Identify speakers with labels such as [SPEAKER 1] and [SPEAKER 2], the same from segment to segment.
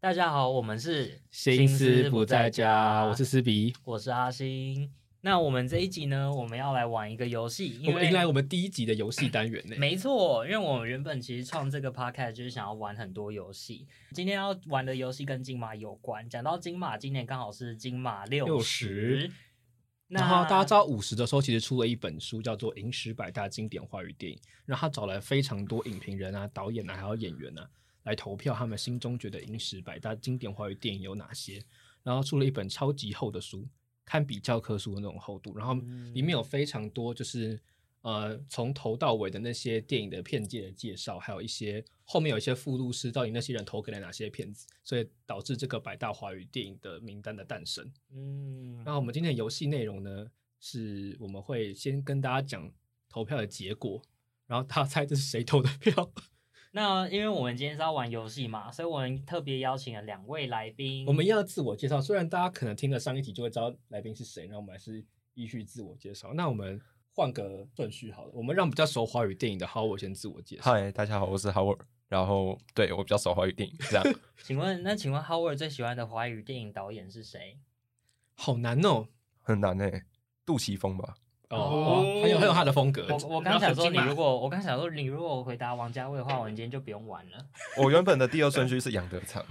[SPEAKER 1] 大家好，我们是
[SPEAKER 2] 心思不在家，我
[SPEAKER 1] 我
[SPEAKER 2] 是思比。
[SPEAKER 1] 我是阿星。那我们这一集呢，我们要来玩一个游戏，
[SPEAKER 2] 我
[SPEAKER 1] 因
[SPEAKER 2] 们
[SPEAKER 1] 为
[SPEAKER 2] 迎来我们第一集的游戏单元呢、
[SPEAKER 1] 没错，因为我们原本其实创这个 podcast 就是想要玩很多游戏。今天要玩的游戏跟金马有关。讲到金马，今年刚好是金马六十
[SPEAKER 2] 60。
[SPEAKER 1] 那
[SPEAKER 2] 然后大家知道五十的时候，其实出了一本书，叫做《影史百大经典华语电影》，然后他找来非常多影评人啊、导演啊，还有演员啊，来投票他们心中觉得影史百大经典华语电影有哪些。然后出了一本超级厚的书，堪比教科书的那种厚度，然后里面有非常多就是呃从头到尾的那些电影的片界的介绍，还有一些后面有一些附录是到底那些人投给了哪些片子，所以导致这个百大华语电影的名单的诞生。
[SPEAKER 1] 嗯，
[SPEAKER 2] 那我们今天的游戏内容呢，是我们会先跟大家讲投票的结果，然后大家猜这是谁投的票。
[SPEAKER 1] 那因为我们今天是要玩游戏嘛，所以我们特别邀请了两位来宾。
[SPEAKER 2] 我们要自我介绍，虽然大家可能听了上一集就会知道来宾是谁，那我们还是依序自我介绍。那我们换个顺序好了，我们让比较熟华语电影的 Howard 先自我介绍。
[SPEAKER 3] 嗨，大家好，我是 Howard。然后，对我比较熟华语电影， 这样
[SPEAKER 1] 请问，那请问 Howard 最喜欢的华语电影导演是谁？
[SPEAKER 2] 好难哦。
[SPEAKER 3] 很难诶、杜琪峰吧，
[SPEAKER 2] 哦，很有很有他的风格。
[SPEAKER 1] 我我刚想说，你如
[SPEAKER 2] 果
[SPEAKER 1] 果我刚想说你如果回答王家卫的话，我们今天就不用玩了。
[SPEAKER 3] 我原本的第二顺序是杨德昌，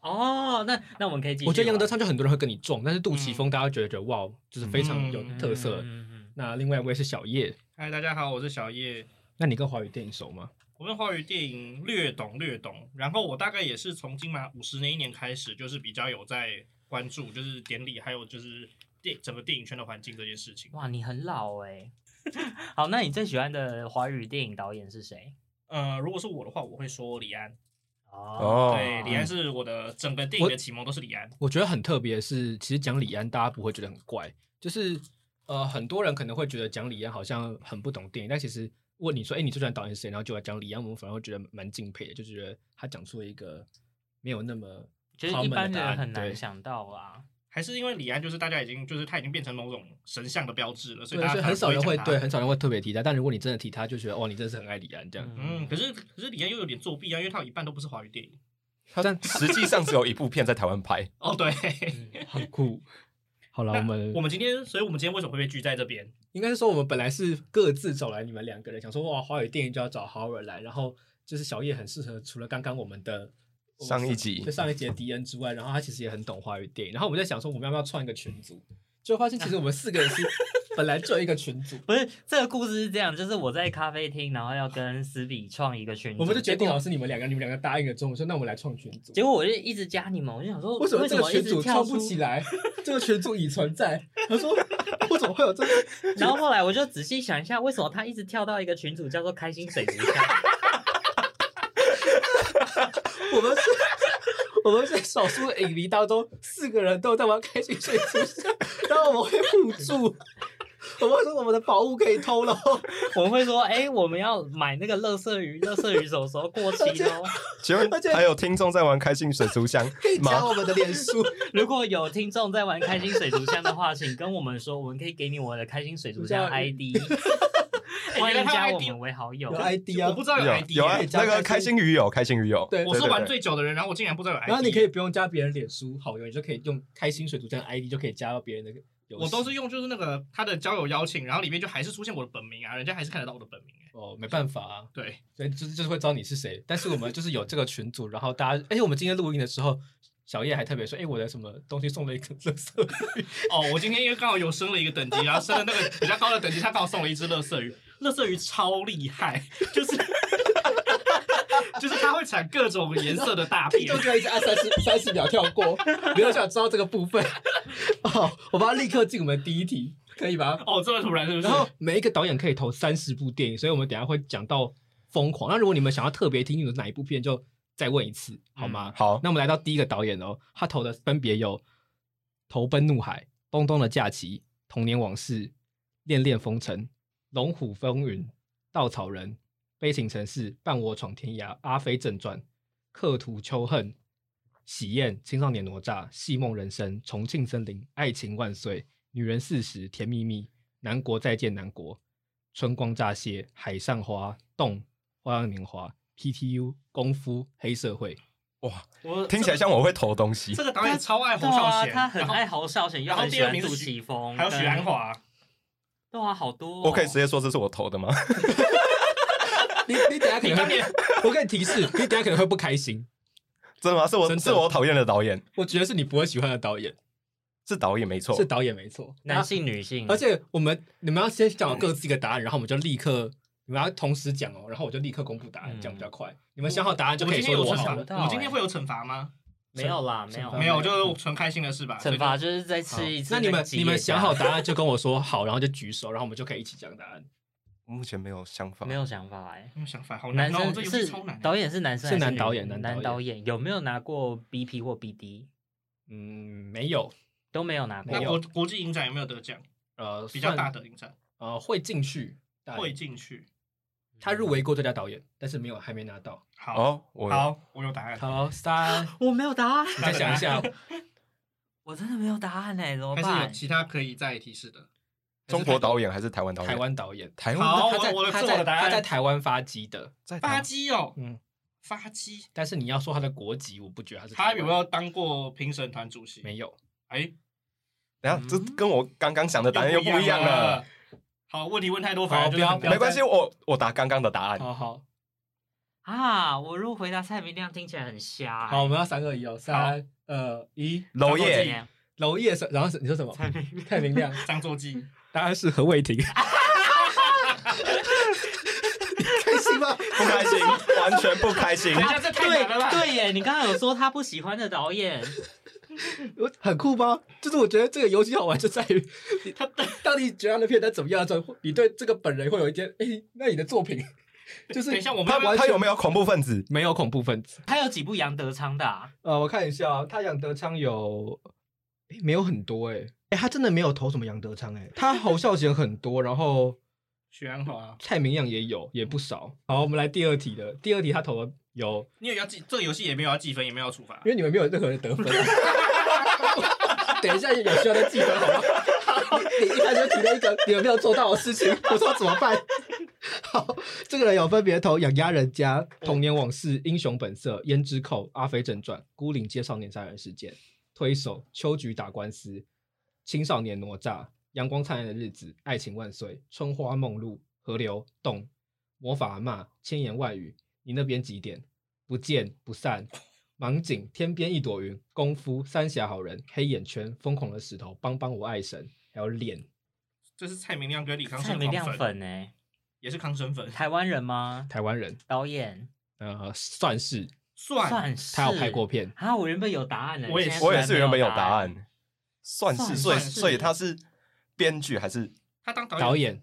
[SPEAKER 1] 哦，那那我们可以继续玩。
[SPEAKER 2] 我觉得杨德昌就很多人会跟你撞，但是杜琪峰大家觉得哇，就是非常有特色。
[SPEAKER 1] 嗯嗯
[SPEAKER 2] 那另外一位是小叶，
[SPEAKER 4] 嗨，大家好，我是小叶。
[SPEAKER 2] 那你跟华语电影熟吗？
[SPEAKER 4] 我对华语电影略懂略懂，然后我大概也是从金马五十那一年开始，就是比较有在关注，就是典礼，还有就是电整个电影圈的环境这件事情。
[SPEAKER 1] 哇，你很老哎。 好，那你最喜欢的华语电影导演是谁？
[SPEAKER 4] 呃，如果是我的话，我会说李安，
[SPEAKER 3] 哦
[SPEAKER 4] 对，
[SPEAKER 2] 嗯
[SPEAKER 4] 李安是我的整个电影的启蒙都是李安。
[SPEAKER 2] 我觉得很特别的是，其实讲李安大家不会觉得很怪，就是呃，很多人可能会觉得讲李安好像很不懂电影，但其实问你说，哎、你最喜欢导演是谁？然后就来讲李安，我们反而会觉得蛮敬佩的，就觉得他讲出了一个没有那么
[SPEAKER 1] 就是一
[SPEAKER 2] common 的
[SPEAKER 1] 般
[SPEAKER 2] 答
[SPEAKER 1] 人
[SPEAKER 2] 案
[SPEAKER 1] 很难
[SPEAKER 2] 对
[SPEAKER 1] 想到 啊。
[SPEAKER 4] 还是因为李安就是大家已经就是他已经变成某种神像的标志了，所以
[SPEAKER 2] 对，
[SPEAKER 4] 大家
[SPEAKER 2] 所以很少人
[SPEAKER 4] 可能
[SPEAKER 2] 会
[SPEAKER 4] 不
[SPEAKER 2] 对
[SPEAKER 4] 讲他。
[SPEAKER 2] 很少人会特别提他，但如果你真的提他，就觉得哦，你真的是很爱李安这样。
[SPEAKER 4] 嗯，可是可是李安又有点作弊啊，因为他有一半都不是华语电影。
[SPEAKER 3] 他实际上只有一部片在台湾拍，
[SPEAKER 4] 哦，对，
[SPEAKER 1] 嗯
[SPEAKER 2] 很酷。 好了，
[SPEAKER 4] 那
[SPEAKER 2] 我们
[SPEAKER 4] 我们今天，所以我们今天为什么会被聚在这边？
[SPEAKER 2] 应该是说我们本来是各自找来你们两个人，想说哇，华语电影就要找 Howard 来，然后就是小叶很适合，除了刚刚我们的我们
[SPEAKER 3] 上一集
[SPEAKER 2] 对上一集的迪恩之外，然后他其实也很懂华语电影，然后我们在想说我们要不要创一个群组，就发现其实我们四个人是本来就有一个群组。
[SPEAKER 1] 不是这个故事是这样，就是我在咖啡厅，然后要跟思比创一个群组，
[SPEAKER 2] 我们就决定
[SPEAKER 1] 结
[SPEAKER 2] 好
[SPEAKER 1] 果
[SPEAKER 2] 是你们两个，你们两个答应了之后，我说那我们来创群组。
[SPEAKER 1] 结果我就一直加你们，我就想说
[SPEAKER 2] 为什么这个
[SPEAKER 1] 一
[SPEAKER 2] 群
[SPEAKER 1] 直
[SPEAKER 2] 组
[SPEAKER 1] 跳
[SPEAKER 2] 创不
[SPEAKER 1] 出
[SPEAKER 2] 起来？这个群组已存在。他说 为什么会有这个？
[SPEAKER 1] 然后后来我就仔细想一下，为什么他一直跳到一个群组叫做“开心水族箱
[SPEAKER 2] 我们是，我们是少数的影迷当中，四个人都在玩开心水族箱，然后我们会互 助，我们会说我们的宝物可以偷了，”，
[SPEAKER 1] 我们会说：“哎、我们要买那个乐色鱼，乐色鱼什么时候过期哦？
[SPEAKER 3] 请问
[SPEAKER 2] 而且
[SPEAKER 3] 还有听众在玩开心水族箱
[SPEAKER 2] 可以加
[SPEAKER 3] 吗？
[SPEAKER 2] 我们的脸书。
[SPEAKER 1] 如果有听众在玩开心水族箱的话，请跟我们说，我们可以给你我的开心水族箱 ID，欢迎加我们为好友
[SPEAKER 2] 有。ID
[SPEAKER 4] 我
[SPEAKER 2] 啊
[SPEAKER 4] 不，知道有 ID，
[SPEAKER 3] 有啊
[SPEAKER 4] 耶
[SPEAKER 2] 可以，加
[SPEAKER 3] 那个
[SPEAKER 2] 开
[SPEAKER 3] 开
[SPEAKER 2] 心
[SPEAKER 3] 心鱼友，开心鱼友，
[SPEAKER 2] 对
[SPEAKER 4] 我是
[SPEAKER 3] 对对
[SPEAKER 4] 玩
[SPEAKER 3] 对
[SPEAKER 4] 最久的人，然后我竟然不知道有 ID。
[SPEAKER 2] 然后你可以，不用加别人脸书好友，你就可以用开心水族箱 ID 就可以加到别人的游戏。
[SPEAKER 4] 我都是用就是那个他的交友邀请，然后里面就还是出现我的本名啊，人家还是看得到我的本名、欸。
[SPEAKER 2] 哦，没办法啊，
[SPEAKER 4] 对，
[SPEAKER 2] 所以就是就是会知道你是谁。但是我们就是有这个群组，然后大家，而哎且我们今天录音的时候，小叶还特别说，哎、我的什么东西送了一个垃圾
[SPEAKER 4] 哦，我今天因为刚好有升了一个等级，然后升了那个比较高的等级，他刚好送了一只乐色鱼，乐色鱼超厉害， 就是就是它会产各种颜色的大
[SPEAKER 2] 听
[SPEAKER 4] 便
[SPEAKER 2] 众。就一直按三十三十秒跳过，没有想知道这个部分。 哦，我把它立刻进我们第一题，可以吧？
[SPEAKER 4] 哦，这么突然是不是
[SPEAKER 2] 然？后每一个导演可以投三十部电影，所以我们等一下会讲到疯狂。那如果你们想要特别听有哪一部片，就再问一次好吗？
[SPEAKER 3] 好，
[SPEAKER 2] 那我们来到第一个导演哦，他投的分别有《投奔怒海》《东东的假期》《童年往事》《恋恋风尘》《龙虎风云》《稻草人》《悲情城市》《伴我闯天涯》《阿飞正传》《刻图秋恨》《喜宴》《青少年哪吒》《戏梦人生》《重庆森林》《爱情万岁》《女人四十》《甜蜜蜜》《南国再见南国》《春光乍泄》《海上花》《动》《花样年华》。PTU 功夫黑社会
[SPEAKER 3] 哇，
[SPEAKER 4] 我
[SPEAKER 3] 听起来像我会投东西
[SPEAKER 4] 这。个导演超爱
[SPEAKER 1] 对
[SPEAKER 4] 侯孝
[SPEAKER 1] 啊，
[SPEAKER 4] 贤，
[SPEAKER 1] 他很
[SPEAKER 4] 然后
[SPEAKER 1] 爱侯孝贤，又
[SPEAKER 4] 然后
[SPEAKER 1] 很
[SPEAKER 4] 第
[SPEAKER 1] 喜
[SPEAKER 4] 二
[SPEAKER 1] 欢
[SPEAKER 4] 名是
[SPEAKER 1] 杜
[SPEAKER 4] 许
[SPEAKER 1] 琪峰，
[SPEAKER 4] 还有许鞍，华，
[SPEAKER 1] 对啊，好多哦。
[SPEAKER 3] 我可以直接说这是我投的吗？
[SPEAKER 2] 你你等下可能
[SPEAKER 4] 当
[SPEAKER 2] 会
[SPEAKER 4] 年，
[SPEAKER 2] 我给你提示，你等下可能会不开心。
[SPEAKER 3] 真的吗？是
[SPEAKER 2] 真
[SPEAKER 3] 我
[SPEAKER 2] 的
[SPEAKER 3] 是我讨厌的导演，
[SPEAKER 2] 我觉得是你不会喜欢的导演，
[SPEAKER 3] 是导演没错
[SPEAKER 2] 是。导演没错。
[SPEAKER 1] 男性、女性，
[SPEAKER 2] 而且我们你们要先讲各自一个答案，然后我们就立刻你们要同时讲哦，然后我就立刻公布答案，
[SPEAKER 1] 嗯
[SPEAKER 2] 这样比较快。你们想好答案就
[SPEAKER 4] 我
[SPEAKER 2] 可
[SPEAKER 4] 们
[SPEAKER 2] 以
[SPEAKER 4] 今天
[SPEAKER 2] 说
[SPEAKER 4] 有
[SPEAKER 2] 我
[SPEAKER 4] 惩
[SPEAKER 1] 惩罚想
[SPEAKER 2] 好
[SPEAKER 4] 罚，
[SPEAKER 1] 不
[SPEAKER 2] 了。
[SPEAKER 1] 到
[SPEAKER 4] 我们今
[SPEAKER 1] 欸
[SPEAKER 4] 天会有惩罚吗？
[SPEAKER 1] 没有啦，没
[SPEAKER 2] 惩
[SPEAKER 1] 有
[SPEAKER 2] 罚
[SPEAKER 4] 没有，就是纯开心的事吧。
[SPEAKER 1] 惩罚，就是再吃一次
[SPEAKER 2] 那你
[SPEAKER 1] 个啊
[SPEAKER 2] 们
[SPEAKER 1] 吉
[SPEAKER 2] 你们
[SPEAKER 1] 野
[SPEAKER 2] 想
[SPEAKER 1] 家
[SPEAKER 2] 好答案就跟我说好，然后就举手，然后我们就可以一起讲答案。
[SPEAKER 3] 目前没有想法
[SPEAKER 1] 没。有想法哎。
[SPEAKER 4] 没有想法，好
[SPEAKER 1] 男
[SPEAKER 4] 难哦，
[SPEAKER 1] 生
[SPEAKER 4] 这游
[SPEAKER 1] 是
[SPEAKER 4] 戏超难。
[SPEAKER 1] 导演是男生还
[SPEAKER 2] 是男
[SPEAKER 1] 女
[SPEAKER 2] 导演男
[SPEAKER 1] 男
[SPEAKER 2] 导
[SPEAKER 1] 导演有没有拿过 BP 或 BD
[SPEAKER 2] 嗯，没有，
[SPEAKER 1] 都没有拿过
[SPEAKER 4] 那，国国际影展有没有得奖？
[SPEAKER 2] 呃，
[SPEAKER 4] 比较
[SPEAKER 2] 算
[SPEAKER 4] 大的影展
[SPEAKER 2] 呃会进去，但
[SPEAKER 4] 会进去。
[SPEAKER 2] 他入围过最佳导演，但是没有还没拿到。
[SPEAKER 4] 好，
[SPEAKER 3] 哦，我
[SPEAKER 4] 好，我有答案。
[SPEAKER 2] 好，三，
[SPEAKER 1] 我没有答案，
[SPEAKER 2] 你再想一 下，
[SPEAKER 1] 我真的没有答案哎，怎么
[SPEAKER 4] 还是有
[SPEAKER 1] 办？
[SPEAKER 4] 其他可以再提示的？
[SPEAKER 3] 中国导演还是台湾导演？
[SPEAKER 2] 台湾导演，
[SPEAKER 3] 台湾
[SPEAKER 4] 好
[SPEAKER 2] 他在
[SPEAKER 4] 我我的
[SPEAKER 2] 他
[SPEAKER 4] 自我
[SPEAKER 2] 在
[SPEAKER 4] 的答案
[SPEAKER 2] 他在台湾发迹的，
[SPEAKER 3] 在
[SPEAKER 4] 发
[SPEAKER 3] 台
[SPEAKER 4] 鸡哦，
[SPEAKER 2] 嗯，
[SPEAKER 4] 发鸡，
[SPEAKER 2] 但是你要说他的国籍，我不觉得他是台
[SPEAKER 4] 他
[SPEAKER 2] 湾。
[SPEAKER 4] 有没有当过评审团主席？
[SPEAKER 2] 没有，
[SPEAKER 4] 哎，
[SPEAKER 3] 等一下这跟我刚刚想的答案又不一样了
[SPEAKER 4] 了。。好，问题问太多，
[SPEAKER 2] 好
[SPEAKER 4] 反正就
[SPEAKER 2] 不
[SPEAKER 4] 是
[SPEAKER 2] 要
[SPEAKER 4] 很
[SPEAKER 2] 不要哦
[SPEAKER 4] 难
[SPEAKER 3] 没关系，我我答刚刚的答案。
[SPEAKER 2] 好好
[SPEAKER 1] 啊，我如果回答蔡明亮，听起来很瞎欸。
[SPEAKER 2] 好，我们要三二一哦，三二一，
[SPEAKER 3] 娄
[SPEAKER 1] 我
[SPEAKER 3] 烨，
[SPEAKER 1] 姐
[SPEAKER 2] 娄烨是，然后是你说什么？
[SPEAKER 1] 蔡明亮，
[SPEAKER 2] 太明亮，
[SPEAKER 4] 张作骥，
[SPEAKER 2] 答案是何伟 霆。
[SPEAKER 3] 开心吗？不开 心，完全不开心
[SPEAKER 4] 等。一下这太难了吧？
[SPEAKER 1] 对耶，你刚刚有说他不喜欢的导演，
[SPEAKER 2] 我很酷吧？就是我觉得这个游戏好玩就在于你他到底觉得他的片单怎么样的时候，你对这个本人会有一点哎、那你的作品就是
[SPEAKER 4] 等一下我们要不
[SPEAKER 3] 他
[SPEAKER 4] 要
[SPEAKER 3] 他有没有恐怖分子？
[SPEAKER 2] 没有恐怖分子？
[SPEAKER 1] 他有几部杨德昌的啊？
[SPEAKER 2] 呃，我看一下啊，他杨德昌有、哎没有很多哎、哎他真的没有投什么杨德昌哎、他侯孝贤很多，然后
[SPEAKER 4] 许鞍华？
[SPEAKER 2] 蔡明亮也有也不少。好，我们来第二题了。第二题他投了有，
[SPEAKER 4] 你也要记，这个游戏也没有要计分，也没有要处罚
[SPEAKER 2] 因。
[SPEAKER 1] 嗯
[SPEAKER 2] 为你们没有任何的得分、啊 等一下有需要再记得好吗？你你一开始就提了一个你们没有做到的事情，我说怎么办？好，这个人有分别投《养鸭人家》《童年往事》《英雄本色》《胭脂扣》《阿飞正传》《孤岭街少年杀人事件》《推手》《秋菊打官司》《青少年哪吒》《阳光灿烂的日子》《爱情万岁》《春花梦露》《河流动》《魔法阿嬷》《千言万语》《你那边几点》《不见不散》《盲井》《天边一朵云》《功夫》《三峡好人》《黑眼圈》《疯狂的石头》《帮帮我爱神》还有《脸》。
[SPEAKER 4] 这是蔡明亮跟李康
[SPEAKER 1] 蔡
[SPEAKER 4] 生
[SPEAKER 1] 明
[SPEAKER 4] 的
[SPEAKER 1] 亮
[SPEAKER 4] 狂粉，
[SPEAKER 1] 粉哎，
[SPEAKER 4] 也是康生粉，
[SPEAKER 1] 台湾人吗？
[SPEAKER 2] 台湾人，
[SPEAKER 1] 导演
[SPEAKER 2] 呃，算是
[SPEAKER 4] 算
[SPEAKER 1] 算是
[SPEAKER 2] 他有拍过片，
[SPEAKER 1] 啊，我原本有答案的，
[SPEAKER 4] 我也
[SPEAKER 1] 现在
[SPEAKER 4] 是
[SPEAKER 3] 我也
[SPEAKER 1] 突
[SPEAKER 3] 是
[SPEAKER 1] 然
[SPEAKER 3] 原
[SPEAKER 1] 没
[SPEAKER 3] 本有
[SPEAKER 1] 答
[SPEAKER 3] 答。案，算
[SPEAKER 1] 算
[SPEAKER 3] 是，所以
[SPEAKER 1] 是
[SPEAKER 3] 所以他是编剧还是
[SPEAKER 4] 他当导演
[SPEAKER 2] 导演，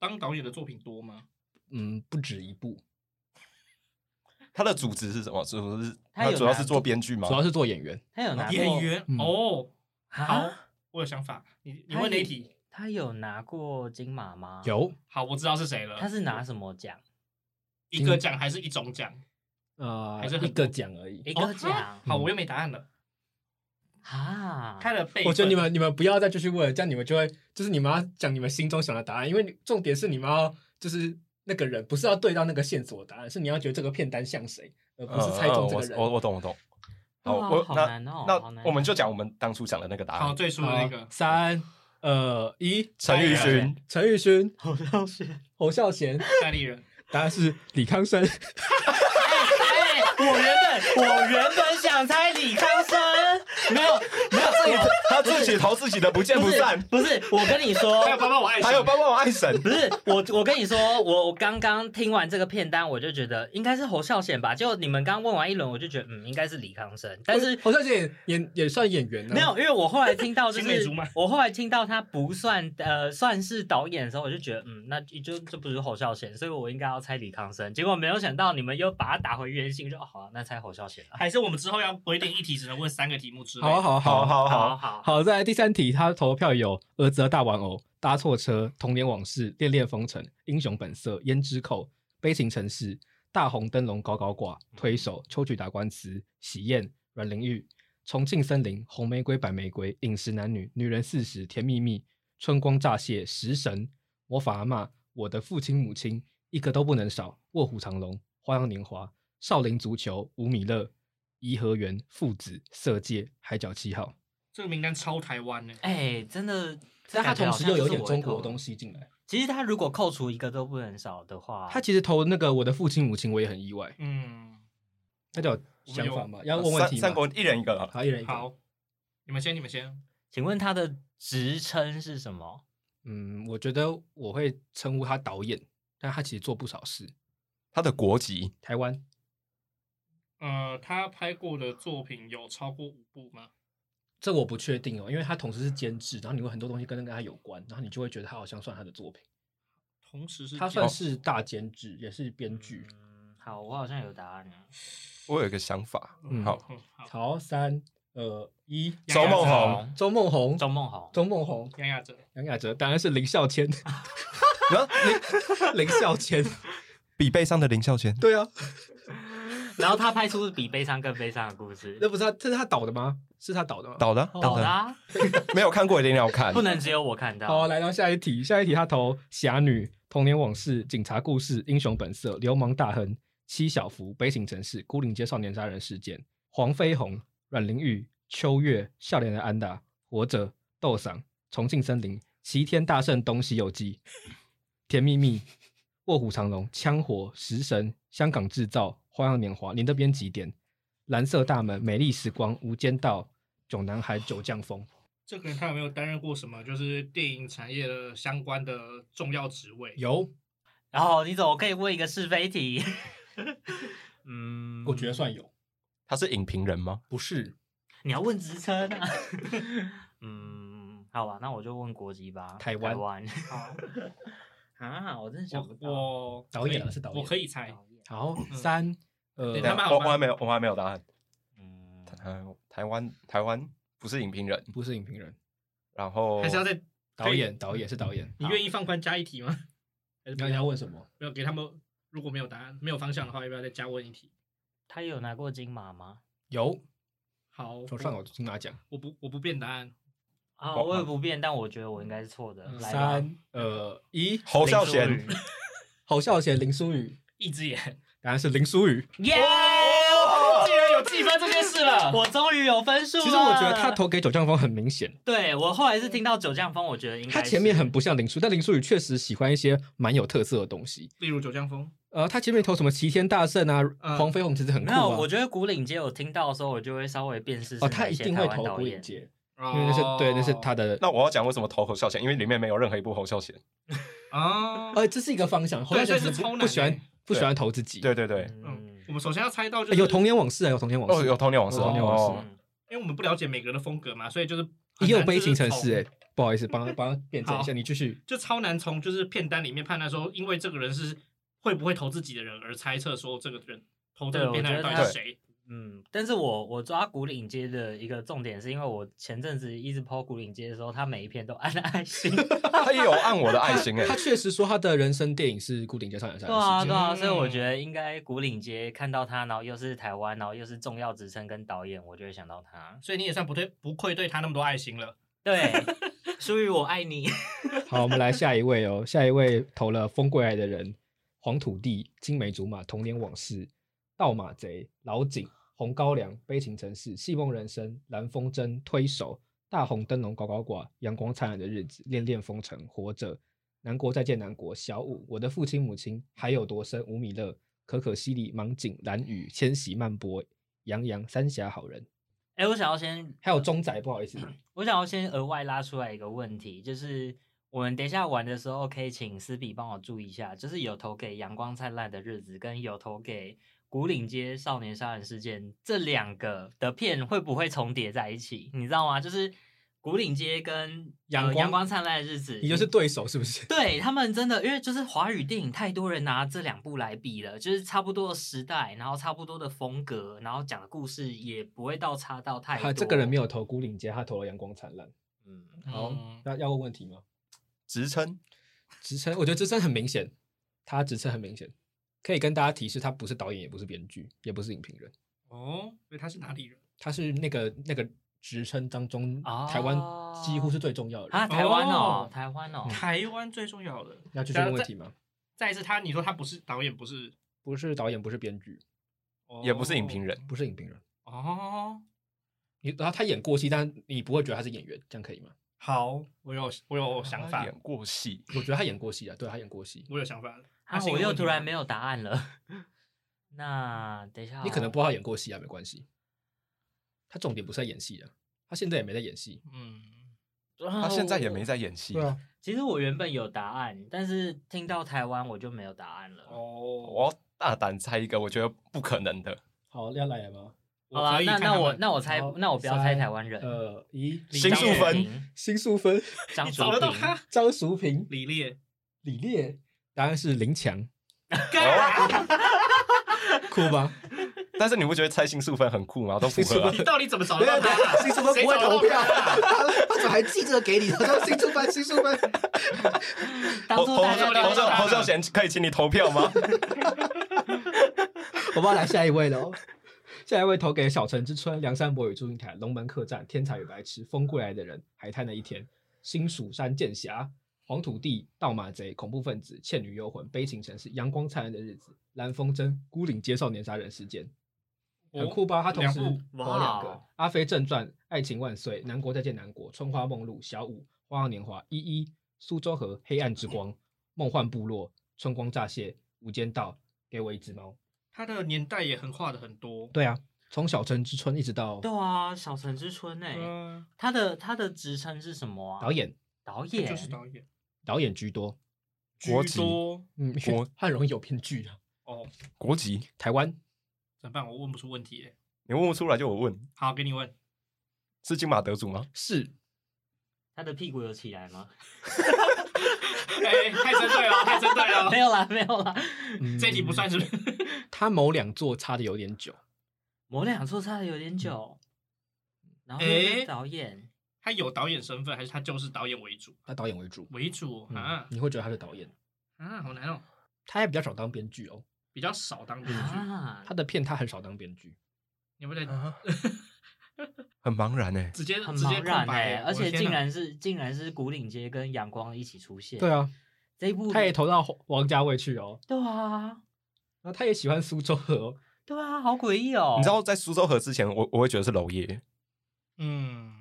[SPEAKER 4] 当导演的作品多吗？
[SPEAKER 2] 嗯，不止一部，
[SPEAKER 3] 他的主职是什么？主是
[SPEAKER 1] 他
[SPEAKER 3] 他
[SPEAKER 1] 有
[SPEAKER 3] 主要
[SPEAKER 1] 拿
[SPEAKER 3] 是做编剧吗
[SPEAKER 2] 主？要是做演员。
[SPEAKER 1] 他有拿过
[SPEAKER 4] 演员
[SPEAKER 2] 嗯
[SPEAKER 4] 哦，好
[SPEAKER 1] 啊？，
[SPEAKER 4] 我有想法，你你
[SPEAKER 1] 他
[SPEAKER 4] 问哪一
[SPEAKER 1] 也
[SPEAKER 4] 题？
[SPEAKER 1] 他有拿过金马吗？，
[SPEAKER 2] 有，
[SPEAKER 4] 好，我知道是谁了。
[SPEAKER 1] 他是拿什么奖？
[SPEAKER 4] 一个奖还是一种奖？
[SPEAKER 2] 呃，
[SPEAKER 4] 啊还是
[SPEAKER 2] 一
[SPEAKER 4] 很
[SPEAKER 2] 个
[SPEAKER 4] 多
[SPEAKER 2] 奖而已。
[SPEAKER 1] 一个奖嗯
[SPEAKER 4] 好，我又没答案了。
[SPEAKER 1] 啊？
[SPEAKER 4] 他的背，
[SPEAKER 2] 我觉得你们你们不要再继续问了，这样你们就会就是你们要讲你们心中想的答案，因为你重点是你们要就是那个人，不是要对到那个线索的答案，是你要觉得这个片单像谁，而不是猜中这个
[SPEAKER 3] 嗯嗯
[SPEAKER 2] 人。
[SPEAKER 3] 我我我懂我懂。好，
[SPEAKER 1] 对啊
[SPEAKER 3] 我
[SPEAKER 1] 好
[SPEAKER 3] 那
[SPEAKER 1] 难哦好
[SPEAKER 3] 那
[SPEAKER 1] 难
[SPEAKER 3] 我们就
[SPEAKER 1] 哦
[SPEAKER 3] 讲我们当初讲的那个答
[SPEAKER 4] 好
[SPEAKER 3] 案。
[SPEAKER 4] 最输的那个
[SPEAKER 2] 好，啊三二一，
[SPEAKER 3] 陈奕
[SPEAKER 4] 哎
[SPEAKER 3] 迅，
[SPEAKER 2] 陈奕迅、
[SPEAKER 1] 好像是。
[SPEAKER 2] 侯孝贤，
[SPEAKER 4] 代理人，
[SPEAKER 2] 答案是李康生。
[SPEAKER 1] 哎，我原本我原本想猜李康生，没有没有，这个
[SPEAKER 3] 他自己投自己的不见
[SPEAKER 1] 不
[SPEAKER 3] 不
[SPEAKER 1] 是
[SPEAKER 3] 散，
[SPEAKER 1] 不是，我跟你说
[SPEAKER 4] 还，有包包我爱
[SPEAKER 3] 还有
[SPEAKER 4] 神
[SPEAKER 3] 包括我爱神，
[SPEAKER 1] 不是我，我跟你说，我我刚刚听完这个片单，我就觉得应该是侯孝贤吧。就你们刚问完一轮，我就觉得嗯，应该是李康生。但是
[SPEAKER 2] 侯孝贤也也也算演员呢、啊
[SPEAKER 1] 没有，因为我后来听到就
[SPEAKER 4] 青梅
[SPEAKER 1] 是
[SPEAKER 4] 竹马
[SPEAKER 1] 我后来听到他不算呃算是导演的时候，我就觉得嗯，那就这不是侯孝贤，所以我应该要猜李康生。结果没有想到你们又把他打回原形，就哦好、啊，那猜侯孝贤了。
[SPEAKER 4] 还是我们之后要规定一题只能问三个题目之类的。
[SPEAKER 2] 好啊好啊好
[SPEAKER 3] 好
[SPEAKER 2] 啊
[SPEAKER 3] 好
[SPEAKER 1] 好
[SPEAKER 3] 好，
[SPEAKER 1] 好
[SPEAKER 2] 好，再来第三题，他投票有《儿子的大玩偶》《搭错车》《童年往事》《恋恋风尘》《英雄本色》《胭脂扣》《悲情城市》《大红灯笼高高挂》《推手》《秋菊打官司》《喜宴》《阮玲玉》《重庆森林》《红玫瑰白玫瑰》《饮食男女》《女人四十》《甜蜜蜜》《春光乍泄》《食神》《魔法阿嬷》《我的父亲母亲》一个都不能少，《卧虎藏龙》《花样年华》《少林足球》《吴米勒》《颐和园、父子、色戒、海角七号，
[SPEAKER 4] 这个名单超台湾呢、
[SPEAKER 1] 哎，真的，
[SPEAKER 2] 但它
[SPEAKER 1] 感觉
[SPEAKER 2] 同
[SPEAKER 1] 好
[SPEAKER 2] 时
[SPEAKER 1] 像
[SPEAKER 2] 又有
[SPEAKER 1] 就是
[SPEAKER 2] 点
[SPEAKER 1] 我
[SPEAKER 2] 中
[SPEAKER 1] 一
[SPEAKER 2] 国
[SPEAKER 1] 头
[SPEAKER 2] 的东西进来。
[SPEAKER 1] 其实他如果扣除一个都不能少的话，
[SPEAKER 2] 他其实投那个《我的父亲母亲》，我也很意外，
[SPEAKER 4] 嗯，
[SPEAKER 2] 大家有
[SPEAKER 4] 有
[SPEAKER 2] 想法吗？要问问题
[SPEAKER 3] 三三
[SPEAKER 2] 吗？
[SPEAKER 3] 国一人一个好了，
[SPEAKER 2] 好，一人一个。
[SPEAKER 4] 好，你们先，你们先。
[SPEAKER 1] 请问他的职称是什么？
[SPEAKER 2] 嗯，我觉得我会称呼他导演，但他其实做不少事。
[SPEAKER 3] 他的国籍
[SPEAKER 2] 台湾
[SPEAKER 4] 呃，他拍过的作品有超过五部吗？
[SPEAKER 2] 这我不确定哦，因为他同时是监制，然后你会很多东西跟跟他有关，然后你就会觉得他好像算他的作品。
[SPEAKER 4] 同时是
[SPEAKER 2] 他
[SPEAKER 4] 监
[SPEAKER 2] 算是大监制，也是编剧。
[SPEAKER 1] 嗯，好，我好像有答案了。
[SPEAKER 3] 我有一个想法，
[SPEAKER 2] 嗯
[SPEAKER 3] 好，
[SPEAKER 4] 嗯好，
[SPEAKER 2] 好，三二一，
[SPEAKER 4] 杨
[SPEAKER 3] 周
[SPEAKER 4] 雅
[SPEAKER 3] 梦
[SPEAKER 4] 哲
[SPEAKER 3] 红，
[SPEAKER 2] 周梦红，
[SPEAKER 1] 周梦红，
[SPEAKER 2] 周梦红，
[SPEAKER 4] 杨雅哲，
[SPEAKER 2] 杨雅哲，当然是林孝谦，
[SPEAKER 3] 然后林
[SPEAKER 2] 林孝谦，
[SPEAKER 3] 啊比背上的林孝谦，
[SPEAKER 2] 对啊，
[SPEAKER 1] 然后他拍出比悲伤更悲伤的故事，
[SPEAKER 2] 那不是他，这是他导的吗？是他导的吗？。
[SPEAKER 3] 倒的
[SPEAKER 1] 倒
[SPEAKER 3] 的，啊
[SPEAKER 1] 啦、
[SPEAKER 3] 没有看过一定要看
[SPEAKER 1] 不。能只有我看
[SPEAKER 2] 好，
[SPEAKER 1] 到。
[SPEAKER 2] 来到下一题，下一题他投《侠女》《童年往事》《警察故事》《英雄本色》《流氓大亨》《七小福》《悲情城市》《孤岭街少年杀人事件》《黄飞鸿》《阮玲玉》《秋月》《笑脸的安达》《活着》《斗赏》《重庆森林》《齐天大圣东西游记》《甜蜜蜜》《卧虎藏龙》《枪火》《食神》《香港制造》《花样年华》，您这边几点？《蓝色大门》《美丽时光》《无间道》《囧男孩》《九降风》。
[SPEAKER 4] 这个人他有没有担任过什么就是电影产业的相关的重要职位？
[SPEAKER 2] 有，
[SPEAKER 1] 然后你怎么可以问一个是非题？嗯，
[SPEAKER 2] 我觉得算有，
[SPEAKER 3] 他是影评人吗？
[SPEAKER 2] 不是
[SPEAKER 1] 你要问职称啊。嗯，好吧，那我就问国籍吧。
[SPEAKER 2] 台湾
[SPEAKER 1] 湾
[SPEAKER 4] 好，
[SPEAKER 1] 啊，我真的想不
[SPEAKER 4] 我
[SPEAKER 1] 到。
[SPEAKER 4] 我
[SPEAKER 2] 导演啊
[SPEAKER 4] 可以
[SPEAKER 2] 是导演
[SPEAKER 4] 我可以猜，
[SPEAKER 2] 好，
[SPEAKER 4] 嗯
[SPEAKER 2] 三呃
[SPEAKER 4] 对他
[SPEAKER 3] 等
[SPEAKER 4] 们
[SPEAKER 3] 下啊
[SPEAKER 4] 好
[SPEAKER 3] 我
[SPEAKER 4] 吗
[SPEAKER 3] 我还没有，我还没有答案。
[SPEAKER 1] 嗯，
[SPEAKER 3] 台台湾台湾不是影评人，
[SPEAKER 2] 不是影评人，
[SPEAKER 3] 然后
[SPEAKER 4] 还是要再
[SPEAKER 2] 导演导演是导演。
[SPEAKER 4] 嗯你愿意放宽加一题吗？还是
[SPEAKER 2] 你
[SPEAKER 4] 不
[SPEAKER 2] 要你要问什么？
[SPEAKER 4] 没有给他们？如果没有答案、没有方向的话，要不要再加问一题？
[SPEAKER 1] 他有拿过金马吗？
[SPEAKER 2] 有
[SPEAKER 4] 好，
[SPEAKER 2] 从上口金马奖。
[SPEAKER 4] 我不我不变答案，
[SPEAKER 1] 啊，嗯
[SPEAKER 3] 我
[SPEAKER 1] 我也不变，但我觉得我应该是错的。来吧，
[SPEAKER 2] 三呃一，
[SPEAKER 3] 侯孝贤
[SPEAKER 1] 林淑瑜
[SPEAKER 2] 侯孝贤、林淑宇，
[SPEAKER 4] 一只眼，
[SPEAKER 2] 答案是林淑宇。
[SPEAKER 1] 耶！
[SPEAKER 3] 哦
[SPEAKER 4] 竟然有计分这件事了。
[SPEAKER 1] 我终于有分数了。
[SPEAKER 2] 其实我觉得他投给九降风很明显，
[SPEAKER 1] 对我后来是听到九降风，我觉得应该
[SPEAKER 2] 他前面
[SPEAKER 1] 是
[SPEAKER 2] 很不像林淑，但林淑宇确实喜欢一些蛮有特色的东西。
[SPEAKER 4] 例如九江风，
[SPEAKER 2] 呃，他前面投什么齐天大圣啊，
[SPEAKER 4] 嗯
[SPEAKER 2] 黄飞鸿其实很酷
[SPEAKER 1] 没有，
[SPEAKER 2] 啊
[SPEAKER 1] 我。觉得古岭街我听到的时候，我就会稍微辨识
[SPEAKER 2] 哦，
[SPEAKER 1] 是
[SPEAKER 2] 他
[SPEAKER 1] 哪
[SPEAKER 2] 一
[SPEAKER 1] 些
[SPEAKER 2] 定
[SPEAKER 1] 台
[SPEAKER 2] 会
[SPEAKER 1] 湾
[SPEAKER 2] 投
[SPEAKER 1] 导
[SPEAKER 2] 古岭
[SPEAKER 1] 演
[SPEAKER 2] 街，
[SPEAKER 4] 因
[SPEAKER 2] 因为那是
[SPEAKER 4] 哦
[SPEAKER 2] 对，那是他的。
[SPEAKER 3] 那我要讲为什么投侯孝贤，因为里面没有任何一部侯孝贤。
[SPEAKER 4] 啊。
[SPEAKER 2] 呃，这是一个方向。侯孝贤
[SPEAKER 4] 所以是
[SPEAKER 2] 只
[SPEAKER 4] 超
[SPEAKER 2] 不不
[SPEAKER 4] 难
[SPEAKER 2] 喜欢
[SPEAKER 4] 欸
[SPEAKER 2] 不喜欢投自己。
[SPEAKER 3] 对对对，
[SPEAKER 4] 嗯
[SPEAKER 1] 嗯，
[SPEAKER 4] 我们首先要猜到就
[SPEAKER 2] 哎，
[SPEAKER 4] 是
[SPEAKER 2] 有童年往事啊，有童年往
[SPEAKER 3] 哦，
[SPEAKER 2] 事
[SPEAKER 3] 有。童年往事，
[SPEAKER 2] 有童年往事
[SPEAKER 3] 哦
[SPEAKER 1] 嗯
[SPEAKER 4] 因为我们不了解每个人的风格嘛，所以就是
[SPEAKER 2] 也
[SPEAKER 4] 很
[SPEAKER 2] 有
[SPEAKER 4] 难
[SPEAKER 2] 悲
[SPEAKER 4] 就是
[SPEAKER 2] 情城市
[SPEAKER 4] 从
[SPEAKER 2] 哎、不好意思，帮他帮他辩证一下，
[SPEAKER 4] 好
[SPEAKER 2] 你继续。
[SPEAKER 4] 就超难从就是片单里面判断说，因为这个人是会不会投自己的人而猜测说这个人投这
[SPEAKER 1] 对
[SPEAKER 4] 个
[SPEAKER 1] 我
[SPEAKER 4] 片单
[SPEAKER 1] 觉
[SPEAKER 4] 人
[SPEAKER 1] 得
[SPEAKER 4] 到底
[SPEAKER 1] 他
[SPEAKER 4] 是谁。
[SPEAKER 1] 嗯，但是我我抓古岭街的一个重点，是因为我前阵子一直抛古岭街的时候，他每一篇都按爱心。
[SPEAKER 3] 哦他也有按我的爱心哎
[SPEAKER 2] 他，确实说他的人生电影是《固定街上有三
[SPEAKER 1] 对
[SPEAKER 2] 人世
[SPEAKER 1] 啊，
[SPEAKER 2] 界
[SPEAKER 1] 对啊，
[SPEAKER 4] 嗯
[SPEAKER 1] 所以我觉得应该古岭街看到他，然后又是台湾，然后又是重要职称跟导演，我就会想到他。
[SPEAKER 4] 所以你也算不对不愧对他那么多爱心了。
[SPEAKER 1] 对，淑宇，我爱你。
[SPEAKER 2] 好，我们来下一位哦，下一位投了《风归来的人》《黄土地》《青梅竹马》《童年往事》《盗马贼》《老井》《红高粱》《悲情城市》《戏梦人生》《蓝风筝》《推手》《大红灯笼高高挂》《阳光灿烂的日子》《恋恋风尘》《活着》《南国再见南国》《小五》《我的父亲母亲》《还有多深》《吴米勒》《可可西里》《盲井》《蓝雨》《千禧曼波》《杨洋》《三峡好人》，
[SPEAKER 1] 哎、我想要先
[SPEAKER 2] 还有钟仔，不好意思，
[SPEAKER 1] 我想要先额外拉出来一个问题，就是我们等一下玩的时候，可以请思比帮我注意一下，就是有投给《阳光灿烂的日子》跟有投给《古岭街少年杀人事件》这两个的片会不会重叠在一起？你知道吗？就是《古岭街》跟
[SPEAKER 2] 阳
[SPEAKER 1] 呃
[SPEAKER 2] 光
[SPEAKER 1] 阳光灿烂的日子》，
[SPEAKER 2] 你就是对手是不是？
[SPEAKER 1] 对他们真的，因为就是华语电影太多人拿这两部来比了，就是差不多的时代，然后差不多的风格，然后讲的故事也不会到差到太多。
[SPEAKER 2] 啊他这个人没有投孤岭街，他投了阳光灿烂。
[SPEAKER 1] 嗯。
[SPEAKER 2] 好
[SPEAKER 4] 嗯，
[SPEAKER 2] 那要问问题吗？
[SPEAKER 3] 职称
[SPEAKER 2] 职称，我觉得职称很明显，他职称很明显，可以跟大家提示，他不是导演，也不是编剧，也不是影评人，
[SPEAKER 4] 哦，所以他是哪里人？
[SPEAKER 2] 他是那个那个职称当中、
[SPEAKER 1] 哦
[SPEAKER 2] 台湾几乎是最重要的人。
[SPEAKER 1] 啊，台湾哦
[SPEAKER 4] 哦，
[SPEAKER 1] 台湾哦，
[SPEAKER 4] 台湾最重要的。
[SPEAKER 2] 要继
[SPEAKER 1] 啊
[SPEAKER 2] 续问问题吗？
[SPEAKER 4] 再一次，他你说他不是导演，不是
[SPEAKER 2] 不是导演，不是编剧，
[SPEAKER 4] 哦
[SPEAKER 3] 也不是影评人，
[SPEAKER 2] 不是影评人，
[SPEAKER 4] 哦，
[SPEAKER 2] 你然后他演过戏，但你不会觉得他是演员，这样可以吗？
[SPEAKER 4] 好，我有我有哦想
[SPEAKER 3] 他
[SPEAKER 4] 法，
[SPEAKER 3] 演过戏，
[SPEAKER 2] 我觉得他演过戏啊，对他演过戏，
[SPEAKER 4] 我有想法了。
[SPEAKER 1] 啊，
[SPEAKER 4] 是因
[SPEAKER 1] 我
[SPEAKER 4] 为
[SPEAKER 1] 又
[SPEAKER 4] 问题
[SPEAKER 1] 突然
[SPEAKER 4] 吗
[SPEAKER 1] 没有答案了。 那等一下哦，
[SPEAKER 2] 你可能不知道他演过戏啊，没关系。他重点不是在演戏啊，他现在也没在演戏。
[SPEAKER 4] 嗯，
[SPEAKER 1] 啊。
[SPEAKER 3] 他现在也
[SPEAKER 1] 我
[SPEAKER 3] 没在演戏。，
[SPEAKER 1] 其实我原本有答案，但是听到台湾我就没有答案了。
[SPEAKER 4] 哦，
[SPEAKER 3] 我要大胆猜一个，我觉得不可能的。
[SPEAKER 2] 好，要来了吗？
[SPEAKER 1] 好啦，
[SPEAKER 4] 可以
[SPEAKER 1] 那
[SPEAKER 4] 看
[SPEAKER 1] 那
[SPEAKER 4] 他
[SPEAKER 1] 我
[SPEAKER 4] 们
[SPEAKER 1] 那我猜，那我不要猜台湾人。
[SPEAKER 2] 呃，一
[SPEAKER 1] 李
[SPEAKER 3] 新
[SPEAKER 1] 章
[SPEAKER 3] 宿
[SPEAKER 1] 雪
[SPEAKER 3] 分
[SPEAKER 1] 萍
[SPEAKER 2] 新淑 芬、
[SPEAKER 1] 张
[SPEAKER 4] 你
[SPEAKER 1] 淑
[SPEAKER 4] 找得到
[SPEAKER 1] 萍
[SPEAKER 4] 他？
[SPEAKER 2] 张淑平、
[SPEAKER 4] 李烈，
[SPEAKER 2] 李烈，答案是林强，
[SPEAKER 3] 哦
[SPEAKER 2] 酷 吧？
[SPEAKER 3] 但是你不觉得猜心素分很酷吗？都符合啊
[SPEAKER 4] 你到底怎么找得到 他啊？
[SPEAKER 2] 新淑芬
[SPEAKER 4] 谁
[SPEAKER 2] 不会
[SPEAKER 4] 找得
[SPEAKER 2] 投
[SPEAKER 4] 到
[SPEAKER 2] 票，
[SPEAKER 4] 他啊
[SPEAKER 2] 他怎么还记着给你？他说新淑芬，新淑芬。
[SPEAKER 1] 当
[SPEAKER 3] 侯
[SPEAKER 1] 初
[SPEAKER 3] 侯
[SPEAKER 1] 大
[SPEAKER 3] 侯
[SPEAKER 1] 家
[SPEAKER 4] 秀
[SPEAKER 1] 都要
[SPEAKER 3] 孝贤，
[SPEAKER 4] 侯秀
[SPEAKER 1] 当
[SPEAKER 3] 侯孝贤可以请你投票吗？
[SPEAKER 2] 我们要来下一位喽。下一位投给小城之春、梁山伯与祝英台、龙门客栈、天才与白痴、风归来的人、海滩的一天、新蜀山剑侠、黄土地、盗马贼、恐怖分子、倩女幽魂、悲情城市、阳光灿烂的日子、蓝风筝、孤岭街少年杀人事件，很酷吧？他同时
[SPEAKER 4] 哦两部哦
[SPEAKER 2] 投了两个
[SPEAKER 1] 哇
[SPEAKER 2] 《阿飞正传》《爱情万岁》《南国再见南国》《春花梦露》《小五》《花样年华》《一一》《苏州河》《黑暗之光》《梦幻部落》《春光乍泄》《无间道》《给我一只猫》。
[SPEAKER 4] 他的年代也横跨的很多。
[SPEAKER 2] 对啊，从小城之春一直到
[SPEAKER 1] 对啊，小城之春哎、
[SPEAKER 4] 嗯，
[SPEAKER 1] 他的他的职称是什么啊？
[SPEAKER 2] 导演，
[SPEAKER 1] 导
[SPEAKER 4] 这
[SPEAKER 1] 演
[SPEAKER 4] 就是导演，
[SPEAKER 2] 导演居多。
[SPEAKER 3] 国
[SPEAKER 4] 居
[SPEAKER 3] 籍
[SPEAKER 4] 多
[SPEAKER 2] 嗯，
[SPEAKER 3] 我
[SPEAKER 2] 他很容易有编剧啊。
[SPEAKER 4] 哦。
[SPEAKER 3] 国籍
[SPEAKER 2] 台湾
[SPEAKER 4] 怎么办？我问不出问题耶。
[SPEAKER 3] 你问不出来就我问，
[SPEAKER 4] 好，给你问。
[SPEAKER 3] 是金马得主吗？
[SPEAKER 2] 是
[SPEAKER 1] 他的屁股有起来吗？
[SPEAKER 4] 哎，太针 对了，太针对了
[SPEAKER 1] 没。有啦，没有啦。
[SPEAKER 4] 嗯这题不算是不是？
[SPEAKER 2] 他某两座差的有点久，
[SPEAKER 1] 我俩错差的有点久，然后又
[SPEAKER 4] 嗯诶
[SPEAKER 1] 是嗯导演，
[SPEAKER 4] 哎他有导演身份，还是他就是导演为主？
[SPEAKER 2] 他导演为主。
[SPEAKER 4] 为主
[SPEAKER 2] 嗯
[SPEAKER 4] 啊，
[SPEAKER 2] 你会觉得他是导演，
[SPEAKER 4] 啊，好难哦，
[SPEAKER 2] 他也比较少当编剧哦。
[SPEAKER 4] 比较少当编剧。
[SPEAKER 1] 啊，
[SPEAKER 2] 他的片他很少当编剧，
[SPEAKER 4] 你们在
[SPEAKER 3] 很茫然哎、
[SPEAKER 4] 直接
[SPEAKER 1] 很
[SPEAKER 4] 直
[SPEAKER 1] 茫
[SPEAKER 4] 接空
[SPEAKER 1] 然
[SPEAKER 4] 白
[SPEAKER 1] 哎、
[SPEAKER 4] 耶，
[SPEAKER 1] 而
[SPEAKER 4] 我的
[SPEAKER 1] 且
[SPEAKER 4] 天
[SPEAKER 1] 竟
[SPEAKER 4] 哪
[SPEAKER 1] 然是竟然是古岭街跟阳光一起出现。
[SPEAKER 2] 对，啊，
[SPEAKER 1] 这一部
[SPEAKER 2] 他也投到黄王家卫去哦。
[SPEAKER 1] 对啊，
[SPEAKER 2] 然后他也喜欢苏州河哦，
[SPEAKER 1] 对啊，好诡异哦。
[SPEAKER 3] 你知道在苏州河之前，我我会觉得是娄烨，
[SPEAKER 4] 嗯，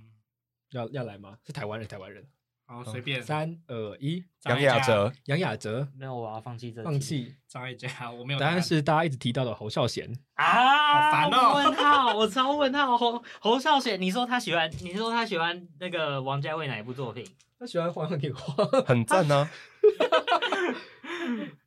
[SPEAKER 2] 要要来吗？是台湾人，台湾人。
[SPEAKER 4] 好随便
[SPEAKER 2] 三二一，
[SPEAKER 4] 张
[SPEAKER 3] 杨
[SPEAKER 4] 艾
[SPEAKER 3] 雅
[SPEAKER 4] 嘉
[SPEAKER 3] 哲，
[SPEAKER 2] 杨雅哲
[SPEAKER 1] 没有，我要放弃这
[SPEAKER 2] 放
[SPEAKER 1] 题
[SPEAKER 2] 弃，
[SPEAKER 4] 张艾嘉，我没有
[SPEAKER 2] 答案是大家一直提到的侯孝贤。
[SPEAKER 1] 啊！
[SPEAKER 4] 好烦哦
[SPEAKER 1] 我问号，我超问号。侯侯孝贤，你说他喜欢，你说他喜欢那个王家卫哪一部作品？
[SPEAKER 2] 他喜欢黄鹤年华，
[SPEAKER 3] 很赞啊！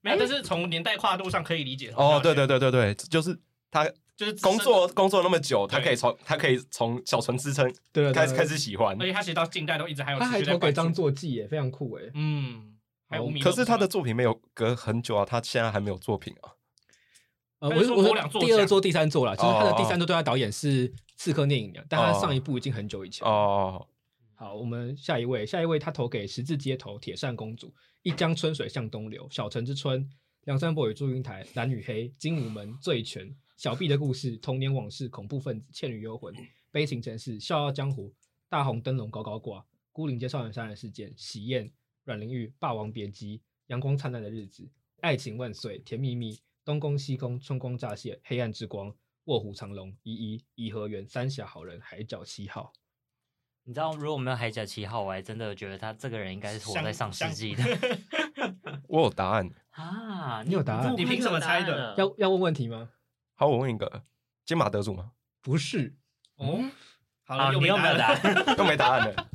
[SPEAKER 4] 没有，
[SPEAKER 1] 哎
[SPEAKER 4] 但是从年代跨度上可以理解。
[SPEAKER 3] 哦，对对，对对对，就是他
[SPEAKER 4] 就是
[SPEAKER 3] 工作，工作那么久，他
[SPEAKER 4] 对
[SPEAKER 3] 可以从他可以从小纯之称
[SPEAKER 2] 对了，
[SPEAKER 3] 开
[SPEAKER 2] 对
[SPEAKER 3] 始
[SPEAKER 2] 了
[SPEAKER 3] 开始喜欢
[SPEAKER 4] 而，且他其实到近代都一直还有
[SPEAKER 2] 他还
[SPEAKER 4] 持续在
[SPEAKER 2] 投给
[SPEAKER 4] 关注
[SPEAKER 2] 张，作骥耶，非常酷哎。
[SPEAKER 4] 嗯，还有吴敏，
[SPEAKER 3] 哦可是他的作品没有隔很久啊，他现在还没有作品啊。
[SPEAKER 2] 呃，
[SPEAKER 4] 他
[SPEAKER 2] 我
[SPEAKER 4] 是
[SPEAKER 2] 是
[SPEAKER 4] 说
[SPEAKER 2] 我
[SPEAKER 4] 某
[SPEAKER 2] 是
[SPEAKER 4] 两座
[SPEAKER 2] 第二
[SPEAKER 4] 奖
[SPEAKER 2] 座、第三座啦，就是他的第
[SPEAKER 3] 哦哦
[SPEAKER 2] 三座对他导演是《刺客聂隐娘》，但他
[SPEAKER 3] 哦
[SPEAKER 2] 上一部已经很久以前。
[SPEAKER 3] 哦，
[SPEAKER 2] 好，我们下一位，下一位他投给《十字街头》《铁扇公主》《一江春水向东流》《小城之春》《梁山伯与祝英台》《蓝与黑》《精武门》《醉拳》《小毕的故事》《童年往事》《恐怖分子》《倩女幽魂》《悲情城市》《笑傲江湖》《大红灯笼高高挂》《孤岭街少年杀人事件》《喜宴》《阮玲玉》《霸王别姬》《阳光灿烂的日子》《爱情万岁》《甜蜜蜜》《东宫西宫》《春光乍泄》《黑暗之光》《卧虎藏龙》《一一》《颐和园》《三峡好人》《海角七号》。
[SPEAKER 1] 你知道，如果没有《海角七号》，我还真的觉得他这个人应该是活在上世 纪的
[SPEAKER 3] 我有答案。
[SPEAKER 1] 啊！
[SPEAKER 2] 你有答案
[SPEAKER 1] 这么快
[SPEAKER 4] 你凭
[SPEAKER 1] 就
[SPEAKER 4] 什么
[SPEAKER 1] 有答案
[SPEAKER 4] 猜的
[SPEAKER 1] 了
[SPEAKER 2] 要要问问题吗？
[SPEAKER 3] 好，我问一个，金马得主吗？
[SPEAKER 2] 不是，
[SPEAKER 4] 哦，
[SPEAKER 1] 好，
[SPEAKER 4] 好了，
[SPEAKER 1] 啊你有没有答
[SPEAKER 4] 答案？
[SPEAKER 1] 案？
[SPEAKER 3] 都没答案了。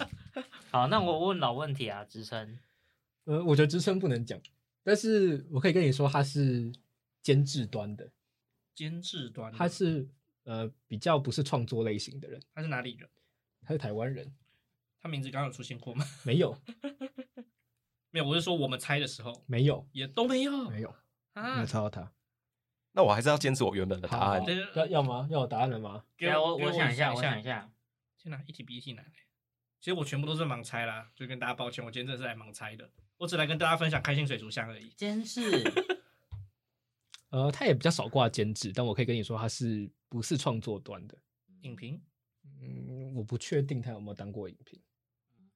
[SPEAKER 1] 好，那我问老问题啊，职称
[SPEAKER 2] 呃，我觉得职称不能讲，但是我可以跟你说，它是监制端的，
[SPEAKER 4] 监制端的，
[SPEAKER 2] 他是呃比较不是创作类型的人，
[SPEAKER 4] 他是哪里人？
[SPEAKER 2] 他是台湾人，
[SPEAKER 4] 他名字刚刚有出现过吗？
[SPEAKER 2] 没有，
[SPEAKER 4] 没有，我是说我们猜的时候
[SPEAKER 2] 没有，
[SPEAKER 4] 也都没有
[SPEAKER 2] 没有，没
[SPEAKER 4] 啊
[SPEAKER 2] 有。猜到他。
[SPEAKER 3] 那我还是要坚持我原本的答
[SPEAKER 2] 好
[SPEAKER 3] 案
[SPEAKER 2] 好。要要吗？要有答案了吗？
[SPEAKER 4] 给
[SPEAKER 1] 等下
[SPEAKER 4] 我
[SPEAKER 1] 我
[SPEAKER 4] 给我
[SPEAKER 1] 想
[SPEAKER 4] 一
[SPEAKER 1] 一下，
[SPEAKER 4] 下
[SPEAKER 1] 我想一 下。
[SPEAKER 4] 天哪，一题比一题难欸。其实我全部都是盲猜啦，就跟大家抱歉，我今天真的是来盲猜的，我只来跟大家分享开心水族箱而已。
[SPEAKER 1] 监视
[SPEAKER 2] 呃，他也比较少挂监制，但我可以跟你说，他是不是创作端的？
[SPEAKER 4] 影评，
[SPEAKER 2] 嗯，我不确定他有没有当过影评，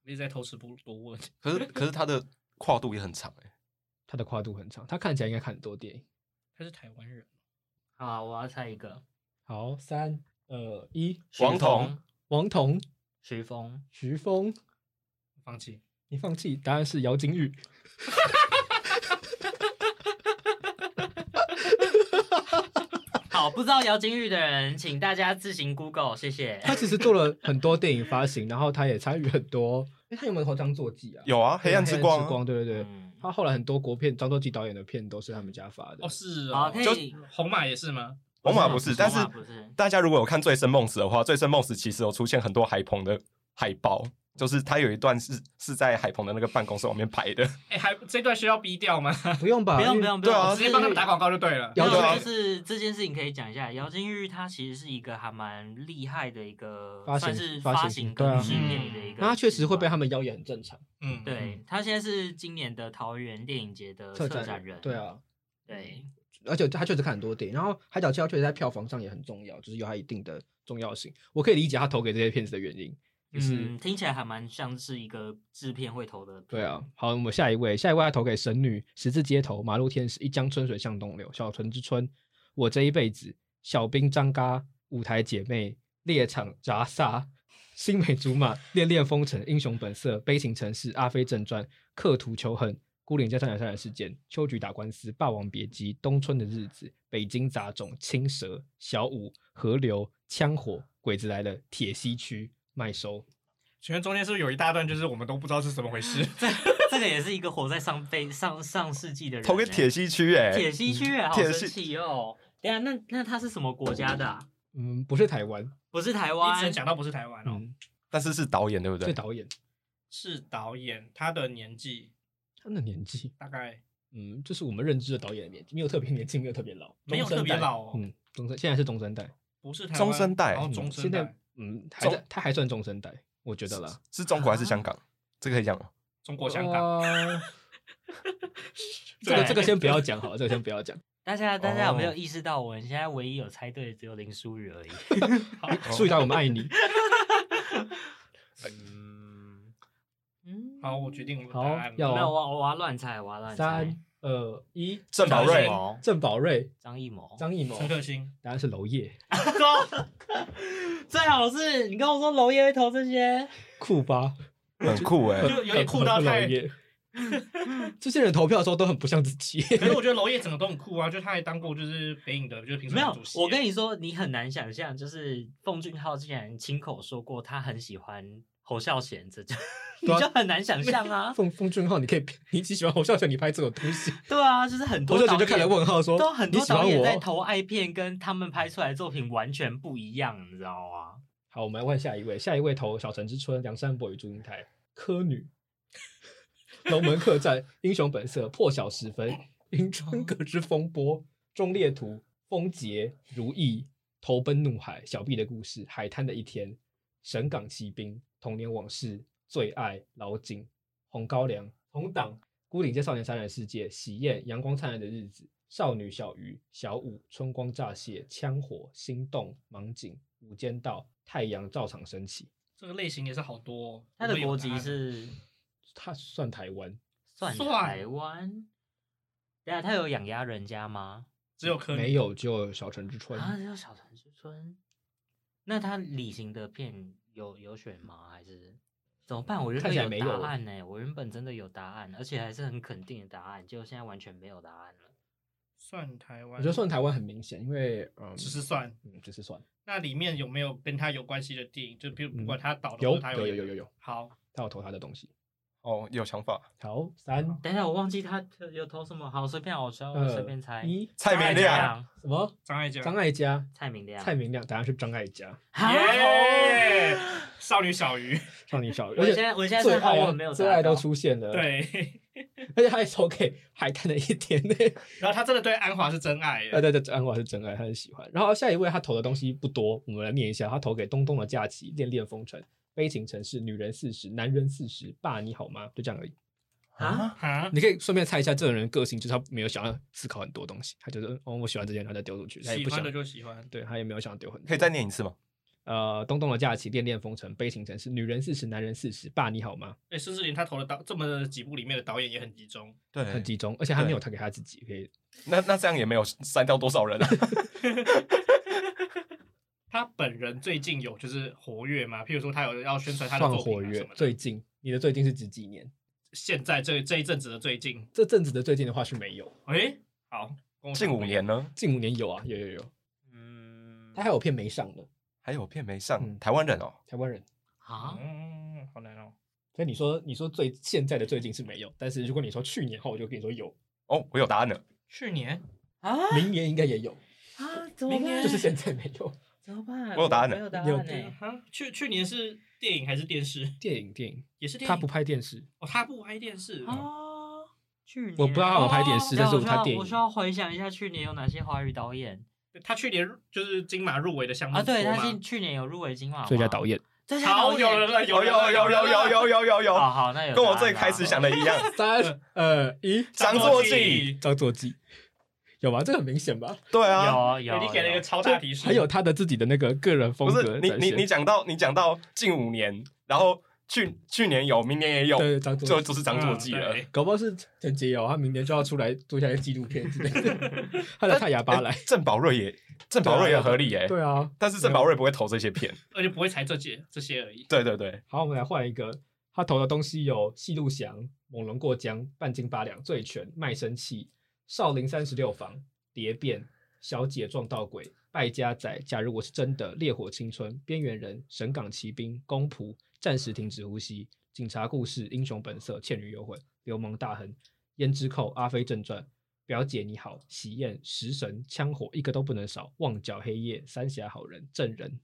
[SPEAKER 4] 一直在偷吃不多问。
[SPEAKER 3] 可是可是他的跨度也很长哎、
[SPEAKER 2] 他的跨度很长，他看起来应该看很多电影。
[SPEAKER 4] 他是台湾人，
[SPEAKER 1] 好，我要猜一个。
[SPEAKER 2] 好，三呃，一
[SPEAKER 1] 徐
[SPEAKER 3] 王彤
[SPEAKER 1] 峰、
[SPEAKER 2] 王彤、
[SPEAKER 1] 徐峰，
[SPEAKER 2] 徐峰，
[SPEAKER 4] 放弃。
[SPEAKER 2] 你放弃，答案是姚金玉。
[SPEAKER 1] 好，不知道姚金玉的人，请大家自行 Google，谢谢。
[SPEAKER 2] 他其实做了很多电影发 行，然后他也参与很 多。哎，他有没有投张作骥啊？
[SPEAKER 3] 有啊，黑暗之光啊、
[SPEAKER 2] 光，对对对。
[SPEAKER 1] 嗯，
[SPEAKER 2] 他后来很多国片，张作骥导演的片都是他们家发的。
[SPEAKER 4] 哦，是
[SPEAKER 1] 好，
[SPEAKER 4] 哦
[SPEAKER 1] 可，
[SPEAKER 3] 就
[SPEAKER 1] 以。
[SPEAKER 4] 红马也是吗？
[SPEAKER 3] 红马啊不是，但是
[SPEAKER 1] 红马不是
[SPEAKER 3] 大家如果有看《醉生梦死》的话，《醉生梦死》其实有出现很多海鹏的海报，就是他有一段是是在海鹏的那个办公室外面拍的。
[SPEAKER 4] 哎，还这段需要逼掉吗？
[SPEAKER 2] 不用吧？
[SPEAKER 1] 不用
[SPEAKER 2] 因
[SPEAKER 1] 不
[SPEAKER 2] 为
[SPEAKER 1] 用不
[SPEAKER 3] 对啊
[SPEAKER 1] 用，
[SPEAKER 4] 直接帮他们打广告就对了。
[SPEAKER 1] 没
[SPEAKER 2] 姚
[SPEAKER 1] 有。
[SPEAKER 2] 金
[SPEAKER 3] 对啊
[SPEAKER 1] 就是这件事情可以讲一下，姚金玉他其实是一个还蛮厉害的一个，
[SPEAKER 2] 发行
[SPEAKER 1] 算是
[SPEAKER 2] 发
[SPEAKER 1] 发
[SPEAKER 2] 行
[SPEAKER 1] 行
[SPEAKER 2] 对啊
[SPEAKER 1] 跟制片的一个。
[SPEAKER 2] 那他确实会被他。们邀也很正常。
[SPEAKER 4] 嗯，
[SPEAKER 1] 对他现在是今年的桃园电影节的
[SPEAKER 2] 呃策
[SPEAKER 1] 策
[SPEAKER 2] 展
[SPEAKER 1] 展
[SPEAKER 2] 人
[SPEAKER 1] 人，
[SPEAKER 2] 对啊，
[SPEAKER 1] 对，
[SPEAKER 2] 而且他确实看很多电影，然后《海角七号》确实在票房上也很重要，就是有它一定的重要性。我可以理解他投给这些片子的原因，就是、
[SPEAKER 1] 嗯，听起来还蛮像是一个制片会投的，
[SPEAKER 2] 对啊。好，我们下一位，下一位他投给《神女》《十字街头》《马路天使》《一江春水向东流》《小城之春》《我这一辈子》《小兵张嘎》《舞台姐妹》《猎场扎萨》《青梅竹马》《恋恋风尘》《英雄本色》《悲情城市》《阿飞正传》《刻图求恨》《孤岭街上两杀人事件》《秋菊打官司》《霸王别姬》《冬春的日子》《北京杂种》《青蛇》《小舞》《河流》《枪火》《鬼子来了》《铁西区》《麦收》。
[SPEAKER 4] 请问中间是不是有一大段就是我们都不知道是怎么回事？
[SPEAKER 1] 这这个也是一个活在上辈上上世纪的人欸，
[SPEAKER 3] 投给铁西区哎、
[SPEAKER 1] 铁西区
[SPEAKER 2] 嗯
[SPEAKER 1] 欸，好
[SPEAKER 3] 铁
[SPEAKER 1] 神
[SPEAKER 3] 西
[SPEAKER 1] 奇哦！等一下，那那他是什么国家的啊？
[SPEAKER 2] 嗯，不是台湾，
[SPEAKER 1] 不是台
[SPEAKER 4] 一
[SPEAKER 1] 湾
[SPEAKER 4] 直，讲到不是台湾哦，
[SPEAKER 2] 嗯，
[SPEAKER 3] 但是是导演对不
[SPEAKER 2] 这
[SPEAKER 3] 对？
[SPEAKER 2] 导演
[SPEAKER 4] 是导演，他的年纪
[SPEAKER 2] 他的年纪，
[SPEAKER 4] 大概
[SPEAKER 2] 嗯，就是我们认知的导演的年纪，没有特别年轻，没有特别老，
[SPEAKER 4] 没有
[SPEAKER 2] 中生
[SPEAKER 4] 特别
[SPEAKER 2] 代
[SPEAKER 4] 老哦
[SPEAKER 2] 嗯，中生现在是中生代，
[SPEAKER 4] 不是台湾
[SPEAKER 3] 中生代
[SPEAKER 4] 然后
[SPEAKER 3] 嗯
[SPEAKER 4] 中
[SPEAKER 2] 嗯
[SPEAKER 4] 生
[SPEAKER 2] 现
[SPEAKER 4] 代
[SPEAKER 2] 在，嗯，还在他还算中生代，我觉得啦。
[SPEAKER 3] 是中国还是香港？这个哦可以讲吗？
[SPEAKER 4] 中国香
[SPEAKER 2] 哦
[SPEAKER 4] 港，
[SPEAKER 2] 哇这个
[SPEAKER 1] 对
[SPEAKER 2] 这个先不要讲好了，这个先不要 讲。
[SPEAKER 1] 大家大家有没有
[SPEAKER 3] 哦
[SPEAKER 1] 意识到，我们现在唯一有猜对的只有林淑宇而已。
[SPEAKER 2] 注意到我们爱 你。
[SPEAKER 3] 嗯，
[SPEAKER 1] 嗯，
[SPEAKER 4] 好，我决定我的
[SPEAKER 2] 好
[SPEAKER 4] 答案了。
[SPEAKER 2] 要
[SPEAKER 1] 没有，我我要乱猜，我要乱猜
[SPEAKER 2] 哦三。二一，
[SPEAKER 3] 郑宝瑞
[SPEAKER 1] 张艺谋
[SPEAKER 2] 郑宝瑞、
[SPEAKER 1] 张艺谋，
[SPEAKER 2] 张艺谋
[SPEAKER 4] 陈，可辛，
[SPEAKER 2] 答案是娄烨、
[SPEAKER 1] 最好是你跟我说娄烨会投这些，
[SPEAKER 2] 酷吧？
[SPEAKER 3] 很酷哎、
[SPEAKER 4] 就有点 酷到
[SPEAKER 2] 很
[SPEAKER 4] 太
[SPEAKER 2] 娄烨。这些人投票的时候都很不像自己。
[SPEAKER 4] 可是我觉得娄烨整个都很酷啊，就他还当过就是北影的，就是评
[SPEAKER 1] 没
[SPEAKER 4] 审
[SPEAKER 1] 有
[SPEAKER 4] 主，席。
[SPEAKER 1] 我跟你说，你很难想象，就是奉俊昊竟然亲口说过他很喜欢侯孝贤， 这就你
[SPEAKER 2] 对啊
[SPEAKER 1] 就很难想象啊。
[SPEAKER 2] 奉奉俊昊，你可以，你只喜欢侯孝贤，你拍这种东西，
[SPEAKER 1] 对啊，就是很
[SPEAKER 2] 侯
[SPEAKER 1] 多
[SPEAKER 2] 孝
[SPEAKER 1] 导
[SPEAKER 2] 贤就
[SPEAKER 1] 演
[SPEAKER 2] 看来问号说，
[SPEAKER 1] 都很
[SPEAKER 2] 你
[SPEAKER 1] 多
[SPEAKER 2] 喜
[SPEAKER 1] 导
[SPEAKER 2] 欢
[SPEAKER 1] 演
[SPEAKER 2] 我
[SPEAKER 1] 在
[SPEAKER 2] 哦。
[SPEAKER 1] 投爱片，跟他们拍出来的作品完全不一样，你知道吗？
[SPEAKER 2] 好，我们来问下一位，下一位投《小城之春》《梁山伯与祝英台》《柯女》《龙门客栈》《英雄本色》《破晓时分》《迎春阁之风波》《忠烈图》《风劫》《如意》《投奔怒海》《小毕的故事》《海滩的一天》《神港奇兵》《童年往事》《最爱》《老井》《红高粱》《同党》《孤岭街少年杀人世界》《喜宴》《阳光灿烂的日子》《少女小鱼》《小舞》《春光乍泄》《枪火》《心动》《盲井》《无间道》《太阳照常升起》，
[SPEAKER 4] 这个类型也是好多哦。
[SPEAKER 1] 他的
[SPEAKER 4] 我有
[SPEAKER 1] 国
[SPEAKER 4] 答
[SPEAKER 1] 籍
[SPEAKER 4] 案
[SPEAKER 1] 是
[SPEAKER 2] 它算台湾。
[SPEAKER 1] 算
[SPEAKER 4] 算
[SPEAKER 1] 台湾。对啊，他有养鸭人家吗？
[SPEAKER 4] 只有柯
[SPEAKER 2] 没
[SPEAKER 4] 女，
[SPEAKER 2] 有，只有《小城之春》
[SPEAKER 1] 啊，叫小城之春。那他李行的片有有选吗？还是怎么办？我原
[SPEAKER 2] 看
[SPEAKER 1] 本
[SPEAKER 2] 起来没有
[SPEAKER 1] 答
[SPEAKER 2] 欸
[SPEAKER 1] 案呢、我原本真的有答案，而且还是很肯定的答案，结果现在完全没有答案了。
[SPEAKER 4] 算台湾，
[SPEAKER 2] 我觉得算台湾很明显，因为嗯，
[SPEAKER 4] 只是算。
[SPEAKER 2] 嗯，只是算
[SPEAKER 4] 那里面有没有跟他有关系的电影？就比如
[SPEAKER 2] 嗯
[SPEAKER 4] 不管他导的，
[SPEAKER 2] 有
[SPEAKER 4] 或者他
[SPEAKER 2] 有有
[SPEAKER 4] 演
[SPEAKER 2] 有
[SPEAKER 4] 的
[SPEAKER 2] 有有，
[SPEAKER 4] 好，
[SPEAKER 2] 他要投他的东西。
[SPEAKER 3] 哦，有想法。
[SPEAKER 2] 好，三
[SPEAKER 1] 等一下，我忘记他有投什么，好随便啊，我
[SPEAKER 2] 呃
[SPEAKER 1] 稍微随便猜
[SPEAKER 2] 二。一，
[SPEAKER 3] 蔡
[SPEAKER 4] 明
[SPEAKER 3] 明
[SPEAKER 1] 蔡
[SPEAKER 4] 亮
[SPEAKER 3] 亮，
[SPEAKER 2] 什么？
[SPEAKER 4] 张艾嘉，
[SPEAKER 2] 张艾嘉、
[SPEAKER 1] 蔡明亮，
[SPEAKER 2] 蔡明亮，答案是张艾嘉，
[SPEAKER 1] 啊哦
[SPEAKER 4] 耶，少女小鱼，
[SPEAKER 2] 少年小鱼。
[SPEAKER 1] 我
[SPEAKER 2] 而且
[SPEAKER 1] 现在我现在
[SPEAKER 2] 最
[SPEAKER 1] 真的好
[SPEAKER 2] 爱
[SPEAKER 1] 我没有
[SPEAKER 2] 啊，
[SPEAKER 1] 查
[SPEAKER 2] 最爱都
[SPEAKER 1] 到
[SPEAKER 2] 出现了，，
[SPEAKER 4] 对，
[SPEAKER 2] 而且他还投给海滩的一天呢。
[SPEAKER 4] 然后他真的对安华是真爱耶，
[SPEAKER 2] 呃，对对，安华是真爱，他很喜欢。然后下一位他投的东西不多，我们来念一下，他投给东东的假期、恋恋风尘、悲情城市、女人四十、男人四十、爸你好吗？就这样而已。
[SPEAKER 1] 啊，
[SPEAKER 4] 啊，
[SPEAKER 2] 你可以顺便猜一下这种人的个性，就是他没有想要思考很多东西，他就是哦，我喜欢这件，然后再丢出去，他也
[SPEAKER 4] 喜
[SPEAKER 2] 哎不
[SPEAKER 4] 欢
[SPEAKER 2] 想
[SPEAKER 4] 的，就喜欢，
[SPEAKER 2] 对他也没有想要丢很多。
[SPEAKER 3] 可以再念一次吗？
[SPEAKER 2] 呃，东东的假期、恋恋风尘、悲情城市、女人四十、男人四十、爸你好吗？
[SPEAKER 4] 对，哎甚至连他投的导这么几部里面的导演也很集中，
[SPEAKER 3] 对
[SPEAKER 2] 很集中，而且他没有
[SPEAKER 3] 对
[SPEAKER 2] 投给他自己，可以
[SPEAKER 3] 那那这样也没有删掉多少人啊。
[SPEAKER 4] 他本人最近有就是活跃嘛？譬如说他有要宣传他的
[SPEAKER 2] 算
[SPEAKER 4] 作品、
[SPEAKER 2] 活
[SPEAKER 4] 啊、什
[SPEAKER 2] 跃
[SPEAKER 4] 么。的
[SPEAKER 2] 最近你的最近是指几年？
[SPEAKER 4] 现在这这一阵子的最近，
[SPEAKER 2] 这阵子的最近的话是没有，
[SPEAKER 4] 诶，好，跟我
[SPEAKER 3] 近
[SPEAKER 4] 讲
[SPEAKER 3] 五年呢，
[SPEAKER 2] 近五年有啊，有有有，
[SPEAKER 4] 嗯
[SPEAKER 2] 他还有片没上的
[SPEAKER 3] 还有片没上，
[SPEAKER 2] 嗯
[SPEAKER 3] 台湾人哦，
[SPEAKER 2] 台湾人。
[SPEAKER 1] 啊，
[SPEAKER 4] 嗯，好难哦。
[SPEAKER 2] 所以你说你说最现在的最近是没有，但是如果你说去年后，我就跟你说有，
[SPEAKER 3] 哦，我有答案了，
[SPEAKER 4] 去年
[SPEAKER 1] 啊
[SPEAKER 2] 明年应该也有，
[SPEAKER 1] 啊，怎
[SPEAKER 4] 明年
[SPEAKER 2] 就是现在没有。
[SPEAKER 1] 怎么办？
[SPEAKER 3] 我有答案了
[SPEAKER 1] 没有答
[SPEAKER 2] 有
[SPEAKER 1] 案呢、
[SPEAKER 4] 啊，去去年是电影还是电视？
[SPEAKER 2] 电影电影，
[SPEAKER 4] 也是电影。
[SPEAKER 2] 他不拍电视，
[SPEAKER 4] 哦，他不拍电视。
[SPEAKER 1] 啊，去年
[SPEAKER 2] 我不知道他有没有拍电视，
[SPEAKER 1] 对
[SPEAKER 2] 但是
[SPEAKER 1] 我
[SPEAKER 2] 我
[SPEAKER 1] 需
[SPEAKER 2] 拍
[SPEAKER 1] 要
[SPEAKER 2] 电
[SPEAKER 1] 我
[SPEAKER 2] 影
[SPEAKER 1] 需。要回想一下去年有哪些华语导演
[SPEAKER 4] 他去年就是金马入围的项目
[SPEAKER 1] 啊？对，
[SPEAKER 4] 多吗
[SPEAKER 1] 他是去年有入围金马
[SPEAKER 2] 最佳
[SPEAKER 1] 吗
[SPEAKER 2] 导，演，
[SPEAKER 1] 最佳
[SPEAKER 4] 好
[SPEAKER 1] 导
[SPEAKER 4] 有
[SPEAKER 1] 演。
[SPEAKER 4] 了，有
[SPEAKER 3] 有有有有有有
[SPEAKER 1] 好
[SPEAKER 3] 有有有，
[SPEAKER 1] 好，那有
[SPEAKER 3] 跟我
[SPEAKER 1] 答案
[SPEAKER 3] 最
[SPEAKER 1] 啦
[SPEAKER 3] 开始想的一 样，
[SPEAKER 2] 啊三二一，
[SPEAKER 3] 张作骥，
[SPEAKER 2] 张作骥，有吧？这很明显吧？
[SPEAKER 3] 对啊，
[SPEAKER 1] 有
[SPEAKER 4] 有
[SPEAKER 1] 有，
[SPEAKER 4] 你给了一
[SPEAKER 1] 有
[SPEAKER 4] 个超大提示，
[SPEAKER 2] 还有他的自己的那个个人风
[SPEAKER 3] 不
[SPEAKER 2] 格
[SPEAKER 3] 是
[SPEAKER 2] 的
[SPEAKER 3] 你
[SPEAKER 2] 展
[SPEAKER 3] 你
[SPEAKER 2] 现。
[SPEAKER 3] 你讲到你讲到近五年，然后去去年有，明年也有，
[SPEAKER 2] 对张作
[SPEAKER 3] 就
[SPEAKER 2] 骥，
[SPEAKER 3] 就是张作骥了。
[SPEAKER 4] 嗯对
[SPEAKER 2] 搞不好是陈杰友，他明年就要出来做一下纪录片之类 的，他来泰哑巴来。
[SPEAKER 3] 欸郑宝瑞也郑宝瑞也合理耶、
[SPEAKER 2] 对啊，
[SPEAKER 3] 但是郑宝瑞不会投这些片。
[SPEAKER 4] 而且不会才这些这些而已。
[SPEAKER 3] 对对对，
[SPEAKER 2] 好，我们来换一个，他投的东西有《戏路翔》《猛龙过江》《半斤八两》《醉拳》《卖身契》《少林三十六房》《蝶变》《小姐撞到鬼》《败家仔》《假如我是真的》《烈火青春》《边缘人》《神港奇兵》《公仆》《暂时停止呼吸》《警察故事》《英雄本色》《倩女幽魂》《流氓大亨》《胭脂扣》《阿飞正传》。表姐你好，喜宴、食神、枪火，一个都不能少。旺角黑夜、三峡好人、证人，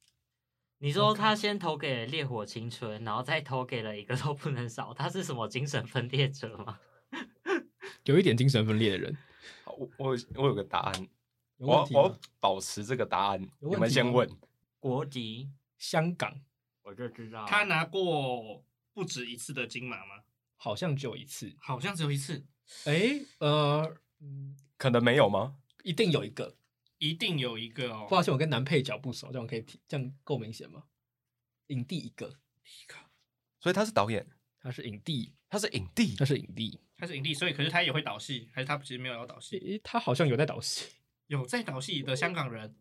[SPEAKER 1] 你说他先投给《烈火青春》，然后再投给了一个都不能少，他是什么精神分裂者吗？
[SPEAKER 2] 有一点精神分裂的人。
[SPEAKER 3] 好我我我有个答案，
[SPEAKER 2] 有问
[SPEAKER 3] 我
[SPEAKER 2] 题吗
[SPEAKER 3] 我保持这个答案，
[SPEAKER 2] 有问
[SPEAKER 3] 你们
[SPEAKER 2] 题
[SPEAKER 3] 先
[SPEAKER 2] 吗
[SPEAKER 3] 问。
[SPEAKER 1] 国籍
[SPEAKER 2] 香港
[SPEAKER 1] 我就知道
[SPEAKER 4] 他拿过不止一次的金马吗？
[SPEAKER 2] 好像只有一次。
[SPEAKER 4] 好像只有一次，
[SPEAKER 2] 哎，呃，嗯，
[SPEAKER 3] 可能没有吗？
[SPEAKER 2] 一定有一个。
[SPEAKER 4] 一定有一个哦。
[SPEAKER 2] 抱歉，我跟男配角不熟，这样可以提，这样够明显吗？影帝一个，
[SPEAKER 3] 所以他是导演，
[SPEAKER 2] 他是影帝，
[SPEAKER 3] 他是影帝
[SPEAKER 2] 他，是影帝。
[SPEAKER 4] 他是影帝，所以可是他也会导戏，还是他其实没有要导戏？
[SPEAKER 2] 诶，他好像有在导戏，
[SPEAKER 4] 有在导戏的香港人，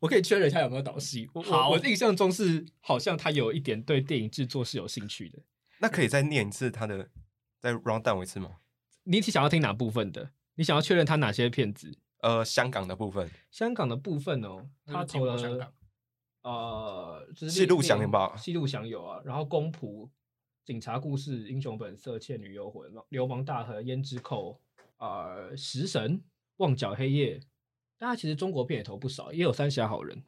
[SPEAKER 2] 我可以确认一下有没有导戏。我我
[SPEAKER 4] 好
[SPEAKER 2] 我印象中是好像他有一点对电影制作是有兴趣的。
[SPEAKER 3] 那可以再念一次他的，再 round down 一次吗？
[SPEAKER 2] 你想要听哪部分的？你想要确认他哪些片子？
[SPEAKER 3] 呃，香港的部分，
[SPEAKER 2] 香港的部分哦，
[SPEAKER 4] 那
[SPEAKER 2] 他
[SPEAKER 4] 就进
[SPEAKER 2] 投
[SPEAKER 4] 入
[SPEAKER 2] 了
[SPEAKER 4] 香港
[SPEAKER 2] 呃，就是
[SPEAKER 3] 戏路
[SPEAKER 2] 祥
[SPEAKER 3] 祥吧
[SPEAKER 2] 戏路祥有啊，然后公仆、警察故事、英雄本色、倩女幽魂、流氓大和、胭脂扣、呃，食神、旺角黑夜，大家其实中国片也投不少，也有三峡好人。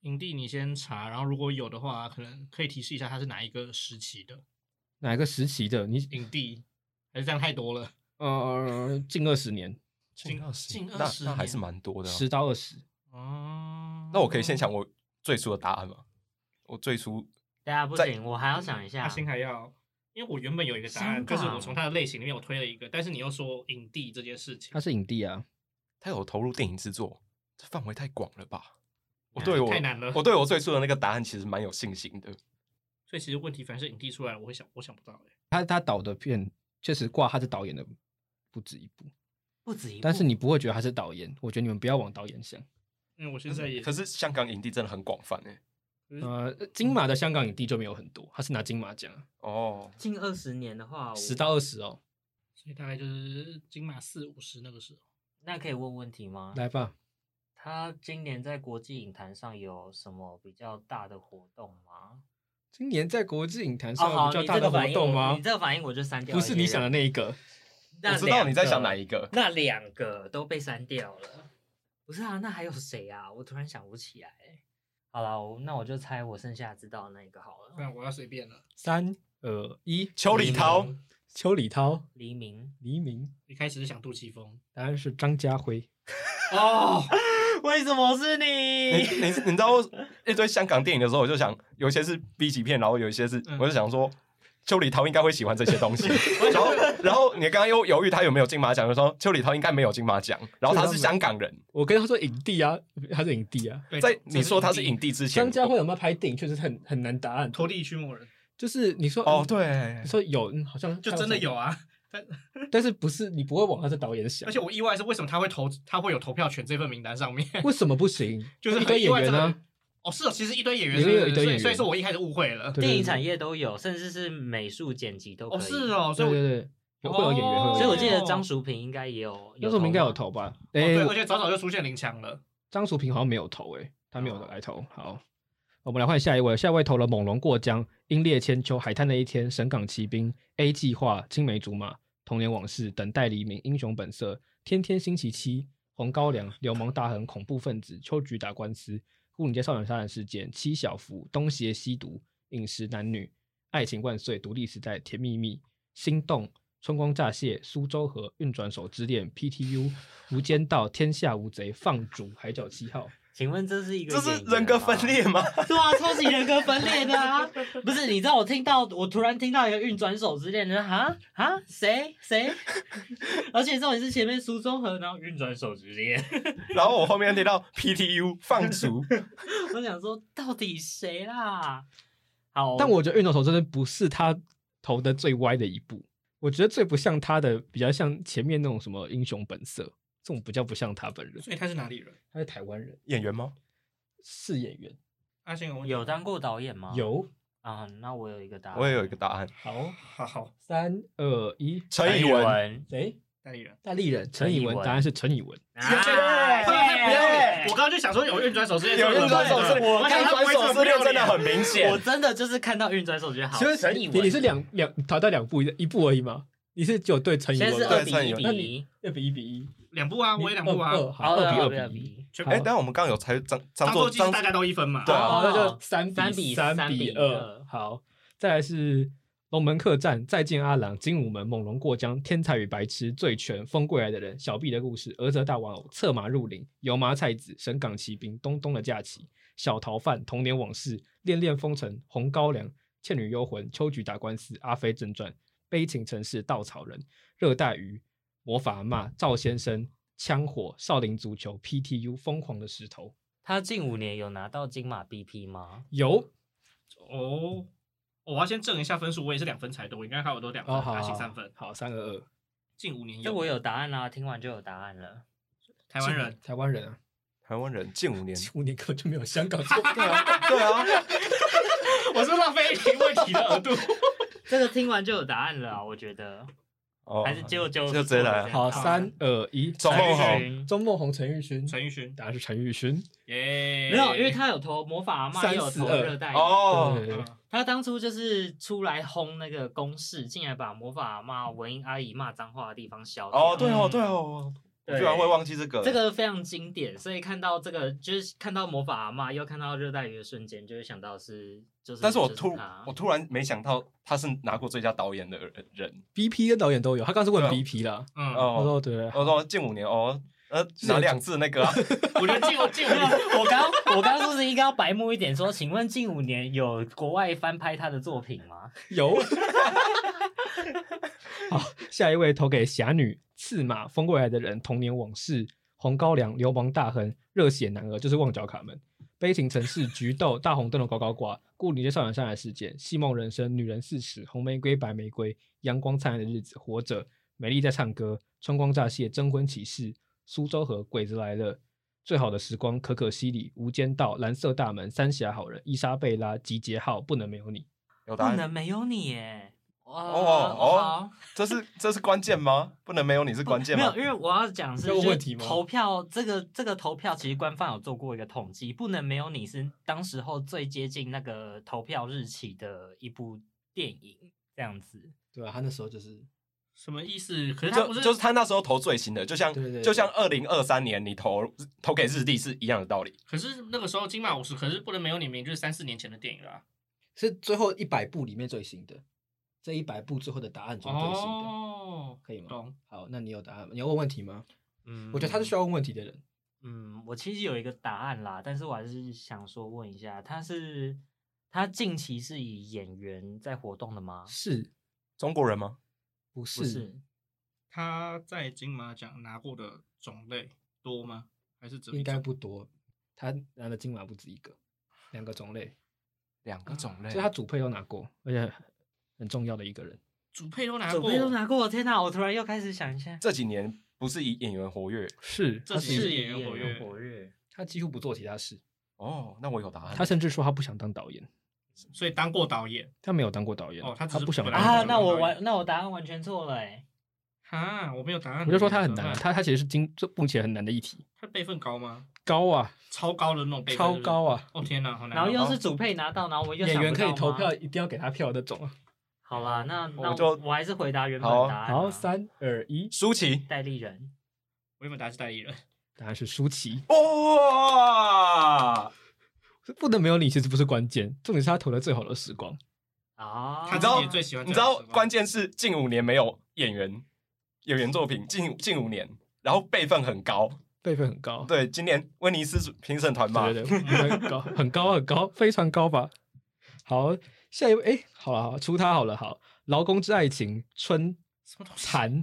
[SPEAKER 4] 影帝你先查，然后如果有的话，可能可以提示一下他是哪一个时期的
[SPEAKER 2] 哪个时期的？你
[SPEAKER 4] 影帝，还是这样太多了？
[SPEAKER 2] 呃，近二十年，
[SPEAKER 4] 近近
[SPEAKER 3] 那
[SPEAKER 4] 20
[SPEAKER 3] 那还
[SPEAKER 4] 年
[SPEAKER 3] 是蛮多的啊、
[SPEAKER 2] 十到二十，
[SPEAKER 4] 哦
[SPEAKER 3] 那我可以先想我最初的答案吗？我最初
[SPEAKER 1] 大家不
[SPEAKER 3] 在
[SPEAKER 1] 行，我还要想一下
[SPEAKER 4] 阿。星还要，因为我原本有一个答案，
[SPEAKER 1] 香
[SPEAKER 4] 就是我
[SPEAKER 1] 港
[SPEAKER 4] 从他的类型里面我推了一个，但是你又说影帝这件事情
[SPEAKER 2] 他，是影帝啊。
[SPEAKER 3] 他有投入电影制作，这范围太广了吧？我
[SPEAKER 4] 啊
[SPEAKER 3] 对我
[SPEAKER 4] 太难了
[SPEAKER 3] 我对我最初的那个答案其实蛮有信心的。
[SPEAKER 4] 所以其实问题凡是影帝出来了，我会想我想不到哎、
[SPEAKER 2] 他他导的片确实挂他是导演的不止一部，
[SPEAKER 1] 不止一部，
[SPEAKER 2] 但是你不会觉得他是导演。我觉得你们不要往导演想。
[SPEAKER 4] 因为我现在也
[SPEAKER 3] 可是香港影帝真的很广泛哎、
[SPEAKER 2] 呃，金马的香港影帝就没有很多，他是拿金马奖啊，
[SPEAKER 3] 哦，
[SPEAKER 1] 近二十年的话，我
[SPEAKER 2] 十到二十哦。
[SPEAKER 4] 所以大概就是金马四五十那个时候。
[SPEAKER 1] 那可以问问题吗？
[SPEAKER 2] 来吧，
[SPEAKER 1] 他今年在国际影坛上有什么比较大的活动吗？
[SPEAKER 2] 今年在国际影坛
[SPEAKER 1] 哦，
[SPEAKER 2] 上有
[SPEAKER 1] 好，
[SPEAKER 2] 比较
[SPEAKER 1] 你
[SPEAKER 2] 大
[SPEAKER 1] 这
[SPEAKER 2] 的
[SPEAKER 1] 个
[SPEAKER 2] 活
[SPEAKER 1] 反应
[SPEAKER 2] 动
[SPEAKER 1] 我，
[SPEAKER 2] 吗
[SPEAKER 1] 你？这个反应我就删掉
[SPEAKER 2] 不
[SPEAKER 1] 了。
[SPEAKER 2] 是你想的那一个，
[SPEAKER 1] 那
[SPEAKER 3] 我知道你在
[SPEAKER 1] 两
[SPEAKER 3] 想
[SPEAKER 1] 个
[SPEAKER 3] 哪一个。
[SPEAKER 1] 那两个都被删掉了。不是啊，那还有谁啊？我突然想不起来。好了，我那我就猜我剩下知道的那一个好
[SPEAKER 4] 不然
[SPEAKER 1] 了。
[SPEAKER 4] 我要随便了。
[SPEAKER 2] 三呃一，
[SPEAKER 3] 邱礼涛
[SPEAKER 1] 黎明
[SPEAKER 2] 邱礼涛、
[SPEAKER 1] 黎明，
[SPEAKER 2] 黎明，
[SPEAKER 4] 一开始是想杜琪峰
[SPEAKER 2] 答案是张家辉。
[SPEAKER 4] 哦，
[SPEAKER 1] 为什么是
[SPEAKER 3] 你
[SPEAKER 1] 你？
[SPEAKER 3] 你你知道一堆香港电影的时候，我就想有一些是 B 级片，然后有一些是，
[SPEAKER 4] 嗯
[SPEAKER 3] 我就想说邱礼涛应该会喜欢这些 东西。然后然后你刚刚又犹豫他有没有金马奖，就说邱礼涛应该没有金马奖，然后他是香港人，
[SPEAKER 2] 我跟他说影帝啊，他是影帝啊。
[SPEAKER 4] 对
[SPEAKER 3] 在
[SPEAKER 4] 这
[SPEAKER 3] 你说他是影帝之前
[SPEAKER 2] 张，家辉有没有拍电影，确实很很难答案。
[SPEAKER 4] 投地驱魔人，
[SPEAKER 2] 就是你说
[SPEAKER 3] 哦
[SPEAKER 2] 嗯
[SPEAKER 3] 对
[SPEAKER 2] 你，说有，嗯，好像
[SPEAKER 4] 就真的有
[SPEAKER 2] 啊，
[SPEAKER 4] 啊。
[SPEAKER 2] 但是不是你不会往他是导演想
[SPEAKER 4] 而且，我意外是为什么他会投，他会有投票权这份名单上面，
[SPEAKER 2] 为什么不行？
[SPEAKER 4] 就是
[SPEAKER 2] 一
[SPEAKER 4] 很
[SPEAKER 2] 堆
[SPEAKER 4] 意
[SPEAKER 2] 演
[SPEAKER 4] 外
[SPEAKER 2] 员
[SPEAKER 4] 这个
[SPEAKER 2] 啊，
[SPEAKER 4] 哦，是哦，其实一堆演员
[SPEAKER 2] 里
[SPEAKER 4] 是
[SPEAKER 2] 面
[SPEAKER 4] 不
[SPEAKER 2] 有
[SPEAKER 4] 是，
[SPEAKER 2] 一堆
[SPEAKER 4] 所
[SPEAKER 2] 演
[SPEAKER 4] 以
[SPEAKER 2] 员
[SPEAKER 4] 所以说我一开始误会了。
[SPEAKER 2] 对
[SPEAKER 1] 电影产业都有，甚至是美术剪辑都可以。
[SPEAKER 4] 哦，是，哦，
[SPEAKER 2] 对
[SPEAKER 4] 所以我
[SPEAKER 2] 对对，有会有演员，会
[SPEAKER 4] 哦
[SPEAKER 1] 所以
[SPEAKER 2] 有
[SPEAKER 1] 我
[SPEAKER 2] 演员
[SPEAKER 1] 记得张淑平应该也有，
[SPEAKER 2] 那时候我们应该有
[SPEAKER 1] 吗。
[SPEAKER 2] 投吧？
[SPEAKER 4] 哦
[SPEAKER 2] 哎
[SPEAKER 4] 对，，而且早早就出现林强了。
[SPEAKER 2] 张淑平好像没有投诶、他没有来投。好，我们来换下一位，下一位投了《猛龙过江》《英烈千秋》《海滩那一天》《神港奇兵》《A 计划》《青梅竹马》《童年往事》《等待黎明》《英雄本色》《天天星期七》《红高粱》《流氓大亨》《恐怖分子》《秋菊打官司》《牯岭街少年杀人事件》《七小福》《东邪西毒》《饮食男女》《爱情万岁》《独立时代》《甜蜜蜜》《心动》《春光乍泄》《苏州河》《运转手之恋》PTU《无间道》《天下无贼》《放逐》《海角七号》。
[SPEAKER 1] 请问这是一个
[SPEAKER 3] 这是
[SPEAKER 1] 演员
[SPEAKER 3] 人格
[SPEAKER 1] 吗
[SPEAKER 3] 分？裂吗？
[SPEAKER 1] 对啊，超级人格分裂的啊！不是，你知道我听到，我突然听到一个运转手之恋，你说啊啊谁谁？而且重点是前面苏州河，然后运转手之恋，
[SPEAKER 3] 然后我后面听到 PTU 放逐，
[SPEAKER 1] 我想说到底谁啦？好，
[SPEAKER 2] 但我觉得运动手真的不是他投的最歪的一步，我觉得最不像他的，比较像前面那种什么英雄本色这种，比较不像他本人。
[SPEAKER 4] 所以他是哪里人？
[SPEAKER 2] 他是台湾人，
[SPEAKER 3] 演员吗？
[SPEAKER 2] 是演员，
[SPEAKER 4] 阿信有问题
[SPEAKER 1] 有当过导演吗？
[SPEAKER 2] 有
[SPEAKER 1] 啊，那我有一个答案，
[SPEAKER 3] 我也有一个答案，
[SPEAKER 2] 好
[SPEAKER 4] 好好，
[SPEAKER 2] 三二一，
[SPEAKER 3] 陈以文。
[SPEAKER 2] 谁？
[SPEAKER 4] 哪里人？
[SPEAKER 2] 大力人陈
[SPEAKER 1] 陈
[SPEAKER 2] 以
[SPEAKER 1] 以
[SPEAKER 2] 文，
[SPEAKER 1] 文
[SPEAKER 2] 答案是陈以文。
[SPEAKER 1] 啊耶
[SPEAKER 3] 耶
[SPEAKER 4] 不要太不要
[SPEAKER 1] 哎
[SPEAKER 4] 脸！我刚刚就想说有运转手之恋，
[SPEAKER 3] 有运转手之
[SPEAKER 4] 之
[SPEAKER 3] 恋，
[SPEAKER 4] 我
[SPEAKER 3] 运
[SPEAKER 4] 想他
[SPEAKER 3] 转
[SPEAKER 4] 不会
[SPEAKER 3] 手之
[SPEAKER 4] 这么
[SPEAKER 3] 恋
[SPEAKER 4] 不要
[SPEAKER 3] 真的
[SPEAKER 4] 脸
[SPEAKER 3] 很明显
[SPEAKER 1] 我。真的就是看到运转手觉得好，
[SPEAKER 2] 请问
[SPEAKER 1] 陈以
[SPEAKER 2] 你
[SPEAKER 1] 文，
[SPEAKER 2] 你是两两淘汰两步，一步而已吗？你是只有对陈以
[SPEAKER 1] 现
[SPEAKER 2] 文
[SPEAKER 1] 在是
[SPEAKER 2] 吗，
[SPEAKER 1] 二
[SPEAKER 3] 对陈以
[SPEAKER 1] 比一
[SPEAKER 3] 文
[SPEAKER 2] 那
[SPEAKER 1] 比
[SPEAKER 2] 你
[SPEAKER 1] 一，
[SPEAKER 2] 二比一比一，
[SPEAKER 4] 两步啊，我也两
[SPEAKER 2] 你
[SPEAKER 4] 步啊
[SPEAKER 2] 二。
[SPEAKER 1] 好
[SPEAKER 2] 好，二比
[SPEAKER 1] 二
[SPEAKER 2] 二
[SPEAKER 1] 比二
[SPEAKER 2] 比
[SPEAKER 1] 比
[SPEAKER 2] 一
[SPEAKER 1] 一。
[SPEAKER 4] 全
[SPEAKER 2] 好
[SPEAKER 3] 哦哎，等一下我们刚刚有猜张张
[SPEAKER 4] 张
[SPEAKER 3] 作
[SPEAKER 4] 作其
[SPEAKER 3] 张
[SPEAKER 4] 实大家都一分嘛。
[SPEAKER 3] 对啊
[SPEAKER 2] 哦，那就三
[SPEAKER 1] 三
[SPEAKER 2] 比
[SPEAKER 1] 比
[SPEAKER 2] 三
[SPEAKER 1] 三
[SPEAKER 2] 比
[SPEAKER 1] 比
[SPEAKER 2] 二
[SPEAKER 1] 二。
[SPEAKER 2] 好，再来是龙门客栈、再见阿郎、精武门、猛龙过江、天才与白痴、醉拳、风归来的人、小毕的故事、儿泽大玩偶、策马入林、油麻菜子、神港奇兵、东东的假期、小逃犯、童年往事、恋恋风尘、红高粱、倩女幽魂、秋菊打官司、阿飞正传、悲情城市、稻草人、热带鱼、魔法阿嬷、赵先生。枪火、少林足球、PTU、疯狂的石头，
[SPEAKER 1] 他近五年有拿到金马 BP 吗？
[SPEAKER 2] 有
[SPEAKER 4] 哦，我要先正一下分数，我也是两分才对，我应该还有多两分，
[SPEAKER 2] 哦，好，
[SPEAKER 4] 阿信
[SPEAKER 2] 好
[SPEAKER 4] 三分，
[SPEAKER 2] 好，三个二，
[SPEAKER 4] 近五年
[SPEAKER 1] 这
[SPEAKER 4] 有。
[SPEAKER 1] 我有答案啦、听完就有答案了。
[SPEAKER 4] 台湾人，
[SPEAKER 2] 台湾人啊，
[SPEAKER 3] 台湾人近五年，
[SPEAKER 2] 五年根本就没有香港做过啊。
[SPEAKER 3] 对啊，
[SPEAKER 4] 我是浪费一题问题的额度。
[SPEAKER 1] 这个听完就有答案了啊，我觉得。
[SPEAKER 3] 哦
[SPEAKER 1] 还是就就
[SPEAKER 3] 就直接来啊。
[SPEAKER 2] 好，
[SPEAKER 4] 好
[SPEAKER 2] 三二一，
[SPEAKER 3] 周
[SPEAKER 1] 陈
[SPEAKER 3] 梦
[SPEAKER 1] 奕
[SPEAKER 3] 红
[SPEAKER 1] 迅
[SPEAKER 2] 钟梦红、陈玉勋，
[SPEAKER 4] 陈奕迅，
[SPEAKER 2] 答案是陈玉勋。
[SPEAKER 4] 耶，
[SPEAKER 1] 没有，因为他有投魔法阿嬷，
[SPEAKER 2] 三
[SPEAKER 1] 也有
[SPEAKER 2] 四
[SPEAKER 1] 投
[SPEAKER 2] 二
[SPEAKER 1] 热带雨。
[SPEAKER 3] 哦
[SPEAKER 2] 对对对，
[SPEAKER 4] 嗯
[SPEAKER 1] 他当初就是出来轰那个公式，竟然把魔法阿嬷、文英阿姨骂脏话的地方消掉。
[SPEAKER 3] 哦，对哦，对哦，我居然会忘记这个。
[SPEAKER 1] 这个非常经典，所以看到这个就是看到魔法阿嬷，又看到热带鱼的瞬间，就会想到是就是。啊
[SPEAKER 3] 但是我
[SPEAKER 1] 就
[SPEAKER 3] 突
[SPEAKER 1] 他
[SPEAKER 3] 我突然没想到他是拿过最佳导演的人
[SPEAKER 2] BP 跟导演都有，他刚是问
[SPEAKER 3] 对啊
[SPEAKER 2] BP 啦。
[SPEAKER 4] 嗯，
[SPEAKER 2] 我
[SPEAKER 3] 哦。
[SPEAKER 2] 说对，
[SPEAKER 3] 我说近五年哦，呃，哪两次那个 啊？
[SPEAKER 4] 我觉得近近 五
[SPEAKER 1] 没
[SPEAKER 4] 年
[SPEAKER 1] 有，我刚我刚刚是不是应该要白目一点说，请问近五年有国外翻拍他的作品吗？
[SPEAKER 2] 有。好，下一位投给侠女、刺马、风过来的人、童年往事、红高粱、流氓大亨、热血男儿，就是旺角卡门、悲情城市、菊豆、大红灯笼高高挂、顾里街少年上来事件、戏梦人生、女人四尺、红玫瑰、白玫瑰、阳光灿烂的日子、活着、美丽在唱歌、春光乍泄、征婚启事、苏州河、鬼子来了。最好的时光、可可西里、无间道、蓝色大门、三峡好人、伊莎贝拉、集结号、不能没有你。
[SPEAKER 3] 有答
[SPEAKER 1] 不
[SPEAKER 3] 案，
[SPEAKER 1] 能没有你耶！哇
[SPEAKER 3] 哦哦
[SPEAKER 1] 好
[SPEAKER 3] 这是这是关键吗？不能没有你是关键
[SPEAKER 1] 没
[SPEAKER 3] 吗
[SPEAKER 1] 有，？因为我要讲是
[SPEAKER 2] 要问
[SPEAKER 1] 就是
[SPEAKER 2] 问题吗
[SPEAKER 1] 投票这个这个投票，其实官方有做过一个统计，不能没有你是当时候最接近那个投票日期的一部电影，这样子。
[SPEAKER 2] 对啊，他那时候就是
[SPEAKER 4] 什么意思？可是他
[SPEAKER 3] 就
[SPEAKER 4] 不是
[SPEAKER 3] 就是他那时候投最新的，就像
[SPEAKER 2] 对对对
[SPEAKER 3] 就像二零二三年你投投给日历是一样的道理。
[SPEAKER 4] 可是那个时候金马五十，可是不能没有你名，就是三四年前的电影了啊。
[SPEAKER 2] 是最后一百部里面最新的，这一百部最后的答案中最新的，
[SPEAKER 4] 哦，
[SPEAKER 2] 可以吗？
[SPEAKER 4] 懂。
[SPEAKER 2] 好，那你有答案吗？你要问问题吗？
[SPEAKER 1] 嗯，
[SPEAKER 2] 我觉得他是需要问问题的人。
[SPEAKER 1] 嗯，我其实有一个答案啦，但是我还是想说问一下，他是他近期是以演员在活动的吗？
[SPEAKER 2] 是
[SPEAKER 3] 中国人吗？
[SPEAKER 2] 不
[SPEAKER 1] 不
[SPEAKER 2] 是？
[SPEAKER 1] 是，
[SPEAKER 4] 他在金马奖拿过的种类多吗？还是只有一
[SPEAKER 2] 应该
[SPEAKER 4] 种
[SPEAKER 2] 不多，他拿的金马不止一个，两个种类，
[SPEAKER 3] 两个种
[SPEAKER 4] 哎
[SPEAKER 3] 类
[SPEAKER 2] 所以他主配都拿过，而且很重要的一个人。
[SPEAKER 4] 主配都拿
[SPEAKER 1] 左
[SPEAKER 4] 过，
[SPEAKER 1] 边都拿过，天哪！我突然又开始想一下，
[SPEAKER 3] 这几年不是以演员活跃，
[SPEAKER 2] 是，
[SPEAKER 4] 这
[SPEAKER 2] 他
[SPEAKER 4] 是
[SPEAKER 2] 是
[SPEAKER 1] 是
[SPEAKER 4] 演员活跃
[SPEAKER 1] 活跃，
[SPEAKER 2] 他几乎不做其他事，
[SPEAKER 3] 哦，那我有
[SPEAKER 4] 啊
[SPEAKER 3] 答案。
[SPEAKER 2] 他甚至说他不想当导演，
[SPEAKER 4] 所以当过导演
[SPEAKER 2] 他没有当过导演，
[SPEAKER 4] 哦他只
[SPEAKER 2] 他
[SPEAKER 4] 是
[SPEAKER 2] 不想
[SPEAKER 4] 本来
[SPEAKER 2] 当导
[SPEAKER 4] 就
[SPEAKER 1] 啊，
[SPEAKER 2] 演。
[SPEAKER 1] 那我完，那我答案完全错了哎、
[SPEAKER 4] 啊，我没有答案。
[SPEAKER 2] 我就说他很
[SPEAKER 4] 怎
[SPEAKER 2] 难
[SPEAKER 4] 么
[SPEAKER 2] 啊，
[SPEAKER 4] 办
[SPEAKER 2] 他他其实是经这目前很难的一题，
[SPEAKER 4] 他辈分高吗？
[SPEAKER 2] 高啊，
[SPEAKER 4] 超高的那种辈分，
[SPEAKER 2] 超
[SPEAKER 4] 是不是
[SPEAKER 2] 高！啊，
[SPEAKER 4] 哦天哪，好难
[SPEAKER 1] 然
[SPEAKER 4] 哦。
[SPEAKER 1] 后又是主配拿到，然后我又
[SPEAKER 2] 演
[SPEAKER 1] 想
[SPEAKER 2] 员
[SPEAKER 1] 不
[SPEAKER 2] 可以
[SPEAKER 1] 到
[SPEAKER 2] 投
[SPEAKER 1] 吗
[SPEAKER 2] 票，。一定要给他票的那种啊。
[SPEAKER 1] 好啦，那那
[SPEAKER 3] 我就
[SPEAKER 1] 我还是回答原本
[SPEAKER 3] 好
[SPEAKER 1] 答案、啊。
[SPEAKER 2] 好，三二一，
[SPEAKER 3] 舒淇，
[SPEAKER 1] 戴立人，
[SPEAKER 4] 我原本答案是代理人，
[SPEAKER 2] 答案是舒淇。
[SPEAKER 3] 哇！
[SPEAKER 2] 不能没有你，其实不是关键，重点是他投了最好的时光。
[SPEAKER 1] 啊，
[SPEAKER 4] 他
[SPEAKER 3] 知道
[SPEAKER 4] 自己也最喜欢这
[SPEAKER 3] 你
[SPEAKER 4] 样
[SPEAKER 3] 知
[SPEAKER 4] 的时光。
[SPEAKER 3] 道关键是近五年没有演员演员作品，近近五年，然后辈分很高。
[SPEAKER 2] 辈分很高，
[SPEAKER 3] 对，今年威尼斯评审团嘛，
[SPEAKER 2] 对对对，很高，很高，很高，非常高吧。好，下一位，哎，好了，好啦出他好了，好，劳工之爱情，春
[SPEAKER 4] 什么东西？
[SPEAKER 2] 蚕，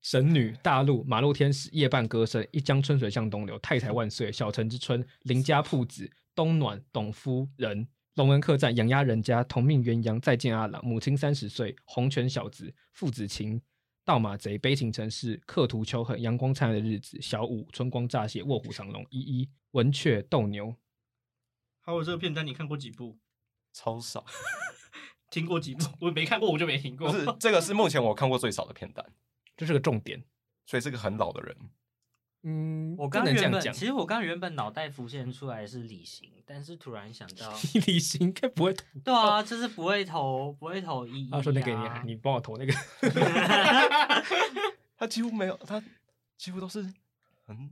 [SPEAKER 2] 神女，大陆，马路天使，夜半歌声，一江春水向东流，太太万岁，小城之春，邻家铺子，冬暖，董夫人。龙门客栈，养鸭人家，同命鸳鸯，再见阿郎，母亲三十岁，红拳小子，父子情，盗马贼，悲情城市，刻图秋恨，阳光灿烂的日子，小五，春光乍泄，卧虎藏龙，一一，文雀，斗牛，
[SPEAKER 4] 好，我这个片单你看过几部？
[SPEAKER 3] 超少。
[SPEAKER 4] 听过几部？我没看过，我就没听过
[SPEAKER 3] 不。是，这个是目前我看过最少的片段，
[SPEAKER 2] 这是个重点。
[SPEAKER 3] 所以是个很老的人。
[SPEAKER 2] 嗯，
[SPEAKER 1] 我
[SPEAKER 2] 不
[SPEAKER 1] 刚
[SPEAKER 2] 能这
[SPEAKER 1] 原
[SPEAKER 2] 样
[SPEAKER 1] 本
[SPEAKER 2] 讲，
[SPEAKER 1] 其实我刚原本脑袋浮现出来是李行，但是突然想 到，
[SPEAKER 2] 李行应该不会投。
[SPEAKER 1] 对啊，就是不会投，不会投一一、
[SPEAKER 2] 他
[SPEAKER 1] 啊。
[SPEAKER 2] 说那个你，你帮我投那个。
[SPEAKER 3] 他几乎没有，他几乎都是嗯，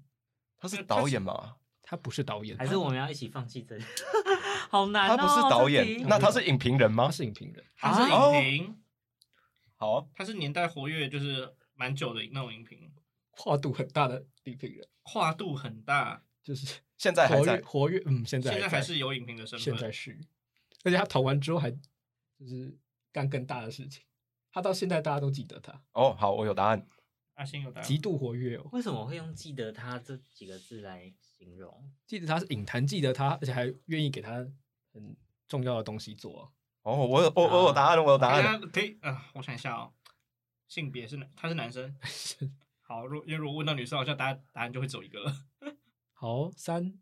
[SPEAKER 3] 他是导演嘛，
[SPEAKER 2] 他不是导演，
[SPEAKER 1] 还是我们要一起放弃这 好难、
[SPEAKER 3] 他
[SPEAKER 1] 哦。
[SPEAKER 3] 不是导
[SPEAKER 1] 这题
[SPEAKER 3] 演，那他是影评人吗
[SPEAKER 2] 他？是影评人，
[SPEAKER 4] 他
[SPEAKER 3] 啊
[SPEAKER 4] 是
[SPEAKER 3] 哦
[SPEAKER 4] 影评，
[SPEAKER 3] 好，
[SPEAKER 4] 他是年代活跃，就是蛮久的那种影评，
[SPEAKER 2] 跨度很大的影评人，
[SPEAKER 4] 跨度很大。
[SPEAKER 2] 就是
[SPEAKER 3] 现在还
[SPEAKER 2] 活跃
[SPEAKER 3] 在，
[SPEAKER 2] 活跃，嗯，现在
[SPEAKER 4] 现在还
[SPEAKER 2] 在
[SPEAKER 4] 是有影评的身份。
[SPEAKER 2] 现在是，而且他投完之后还就是干更大的事情，他到现在大家都记得他，
[SPEAKER 3] 哦，好，我有答案。
[SPEAKER 4] 阿星有答案
[SPEAKER 2] 极度活跃哦，
[SPEAKER 1] 为什么会用“记得他”这几个字来形容？
[SPEAKER 2] 记得他是影坛记得他，而且还愿意给他很重要的东西做哦、
[SPEAKER 3] 哦，我有，我我有答案了，我有答
[SPEAKER 4] 大
[SPEAKER 3] 案了。
[SPEAKER 4] 家可以啊、我想一下哦，性别是男，他是男生。好，如因为如果问到女生，好像答案答案就会走一个了。
[SPEAKER 2] 好，三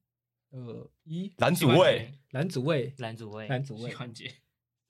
[SPEAKER 2] 二一，
[SPEAKER 3] 男主位，
[SPEAKER 2] 男主位，
[SPEAKER 1] 男主位
[SPEAKER 2] 男主
[SPEAKER 4] 膝
[SPEAKER 2] 位，
[SPEAKER 4] 关节，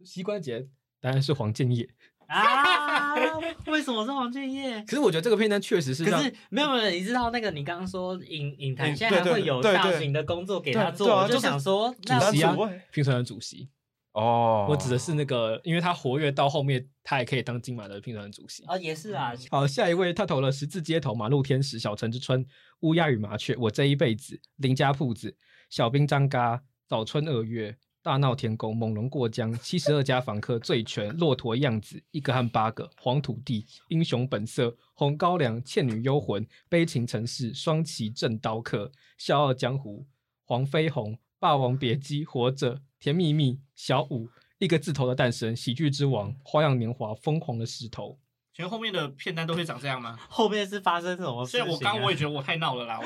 [SPEAKER 2] 膝关节当然是黄建业，
[SPEAKER 1] 啊？ 为什么是王俊业？
[SPEAKER 2] 可是我觉得这个片段确实是
[SPEAKER 1] 可
[SPEAKER 2] 让
[SPEAKER 1] 是没有没有，你知道那个你刚刚说影影坛
[SPEAKER 3] 嗯
[SPEAKER 1] 现在还
[SPEAKER 3] 对对
[SPEAKER 1] 会有
[SPEAKER 3] 对对
[SPEAKER 1] 大型的工作给他做，
[SPEAKER 3] 对啊
[SPEAKER 1] 我就
[SPEAKER 3] 就是
[SPEAKER 1] 想说，那
[SPEAKER 2] 主
[SPEAKER 3] 男
[SPEAKER 2] 席
[SPEAKER 3] 主
[SPEAKER 2] 啊
[SPEAKER 3] 位，
[SPEAKER 2] 评审团主席。
[SPEAKER 3] 哦，
[SPEAKER 2] 我指的是那个，因为他活跃到后面，他也可以当金马的评审团主席。
[SPEAKER 1] 啊也是啊，
[SPEAKER 2] 好，呃下一位他投了《十字街头》《马路天使》《小城之春》《乌鸦与麻雀》《我这一辈子》《邻家铺子》《小兵张嘎》《早春二月》《大闹天宫》《猛龙过江》《七十二家房客》《醉拳》《骆驼样子》《一个和八个》《黄土地》《英雄本色》《红高粱》《倩女幽魂》《悲情城市》《双旗正刀客》《笑傲江湖》《黄飞鸿》《霸王别姬》《活着》《甜蜜蜜》《小五》《一个字头的诞生》《喜剧之王》《花样年华》《疯狂的石头》。
[SPEAKER 4] 请问后面的片单都会长这样吗？
[SPEAKER 1] 后面是发生什么事
[SPEAKER 4] 所以
[SPEAKER 1] 情啊？
[SPEAKER 4] 我刚我也觉得我太闹了啦，我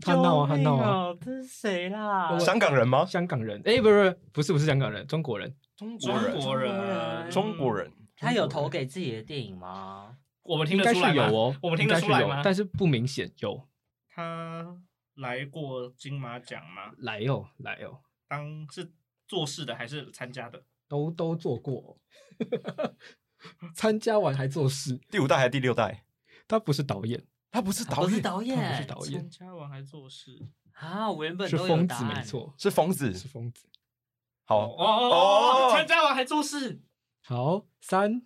[SPEAKER 2] 他闹啊他闹
[SPEAKER 1] 救命
[SPEAKER 2] 啊
[SPEAKER 1] 哦！这是谁啦？
[SPEAKER 3] 香港人
[SPEAKER 4] 哦
[SPEAKER 3] 吗？
[SPEAKER 2] 香港人，哎、不是不是不是不是香港人，中国人，
[SPEAKER 3] 中
[SPEAKER 4] 中
[SPEAKER 3] 国人，
[SPEAKER 4] 国人，
[SPEAKER 3] 中国，人，
[SPEAKER 1] 他有投给自己的电影吗？
[SPEAKER 4] 我们听
[SPEAKER 2] 应
[SPEAKER 4] 得
[SPEAKER 2] 该
[SPEAKER 4] 出来
[SPEAKER 2] 是有
[SPEAKER 4] 吗
[SPEAKER 2] 哦，
[SPEAKER 4] 我们听
[SPEAKER 2] 应
[SPEAKER 4] 得
[SPEAKER 2] 该
[SPEAKER 4] 出
[SPEAKER 2] 是
[SPEAKER 4] 来
[SPEAKER 2] 有
[SPEAKER 4] 吗，？
[SPEAKER 2] 但是不明显有
[SPEAKER 4] 他来过金马奖吗？
[SPEAKER 2] 来哦来哦，
[SPEAKER 4] 当是做事的还是参加的？
[SPEAKER 2] 都都做过 哦，参加完还做事，
[SPEAKER 3] 第五代还是第六代？
[SPEAKER 2] 他不是导演，
[SPEAKER 3] 他不是
[SPEAKER 1] 啊他不
[SPEAKER 3] 导
[SPEAKER 1] 是
[SPEAKER 3] 演，
[SPEAKER 1] 导演，
[SPEAKER 2] 他不是导演
[SPEAKER 4] 参，加完还做事？
[SPEAKER 1] 啊！我原本
[SPEAKER 2] 是
[SPEAKER 1] 都有
[SPEAKER 2] 疯
[SPEAKER 1] 答
[SPEAKER 2] 子
[SPEAKER 1] 案，
[SPEAKER 2] 没。错，
[SPEAKER 3] 是疯子。
[SPEAKER 2] 是疯子。
[SPEAKER 3] 好，
[SPEAKER 4] 哦哦哦，
[SPEAKER 3] 哦
[SPEAKER 4] 参加完还做事？
[SPEAKER 2] 好，三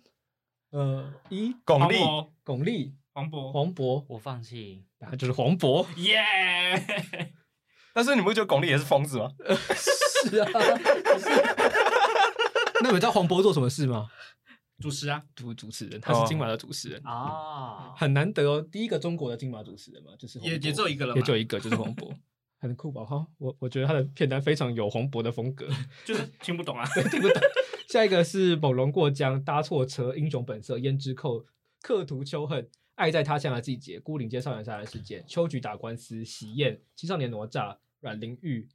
[SPEAKER 2] 呃一，
[SPEAKER 3] 巩
[SPEAKER 4] 黄
[SPEAKER 3] 俐，
[SPEAKER 4] 渤，
[SPEAKER 2] 巩俐、
[SPEAKER 4] 黄渤，
[SPEAKER 2] 黄渤，
[SPEAKER 1] 我放弃，
[SPEAKER 2] 然后就是黄 渤，
[SPEAKER 4] 耶！
[SPEAKER 3] 但是你们会觉得巩俐也是疯子吗？
[SPEAKER 2] 是啊， 那你们知道黄渤做什么事吗？
[SPEAKER 4] 主持哦啊，
[SPEAKER 2] 主主持人，他是金马的主持人
[SPEAKER 1] 啊，
[SPEAKER 2] 很难得哦，第一个中国的金马主持人嘛，就是黄
[SPEAKER 4] 也
[SPEAKER 2] 渤
[SPEAKER 4] 也只有一个了嘛，
[SPEAKER 2] 也就一个，就是黄 渤，很酷吧？哈，我我觉得他的片单非常有黄渤的风格，
[SPEAKER 4] 就是听不懂 啊。
[SPEAKER 2] 听不懂。下一个是《猛龙过江》《搭错车》《英雄本色》《胭脂扣》《刻图秋恨》《爱在他乡的季节》《孤岭街少年杀人事件》《秋菊打官司》《喜宴》《青少年哪吒》《阮玲玉》《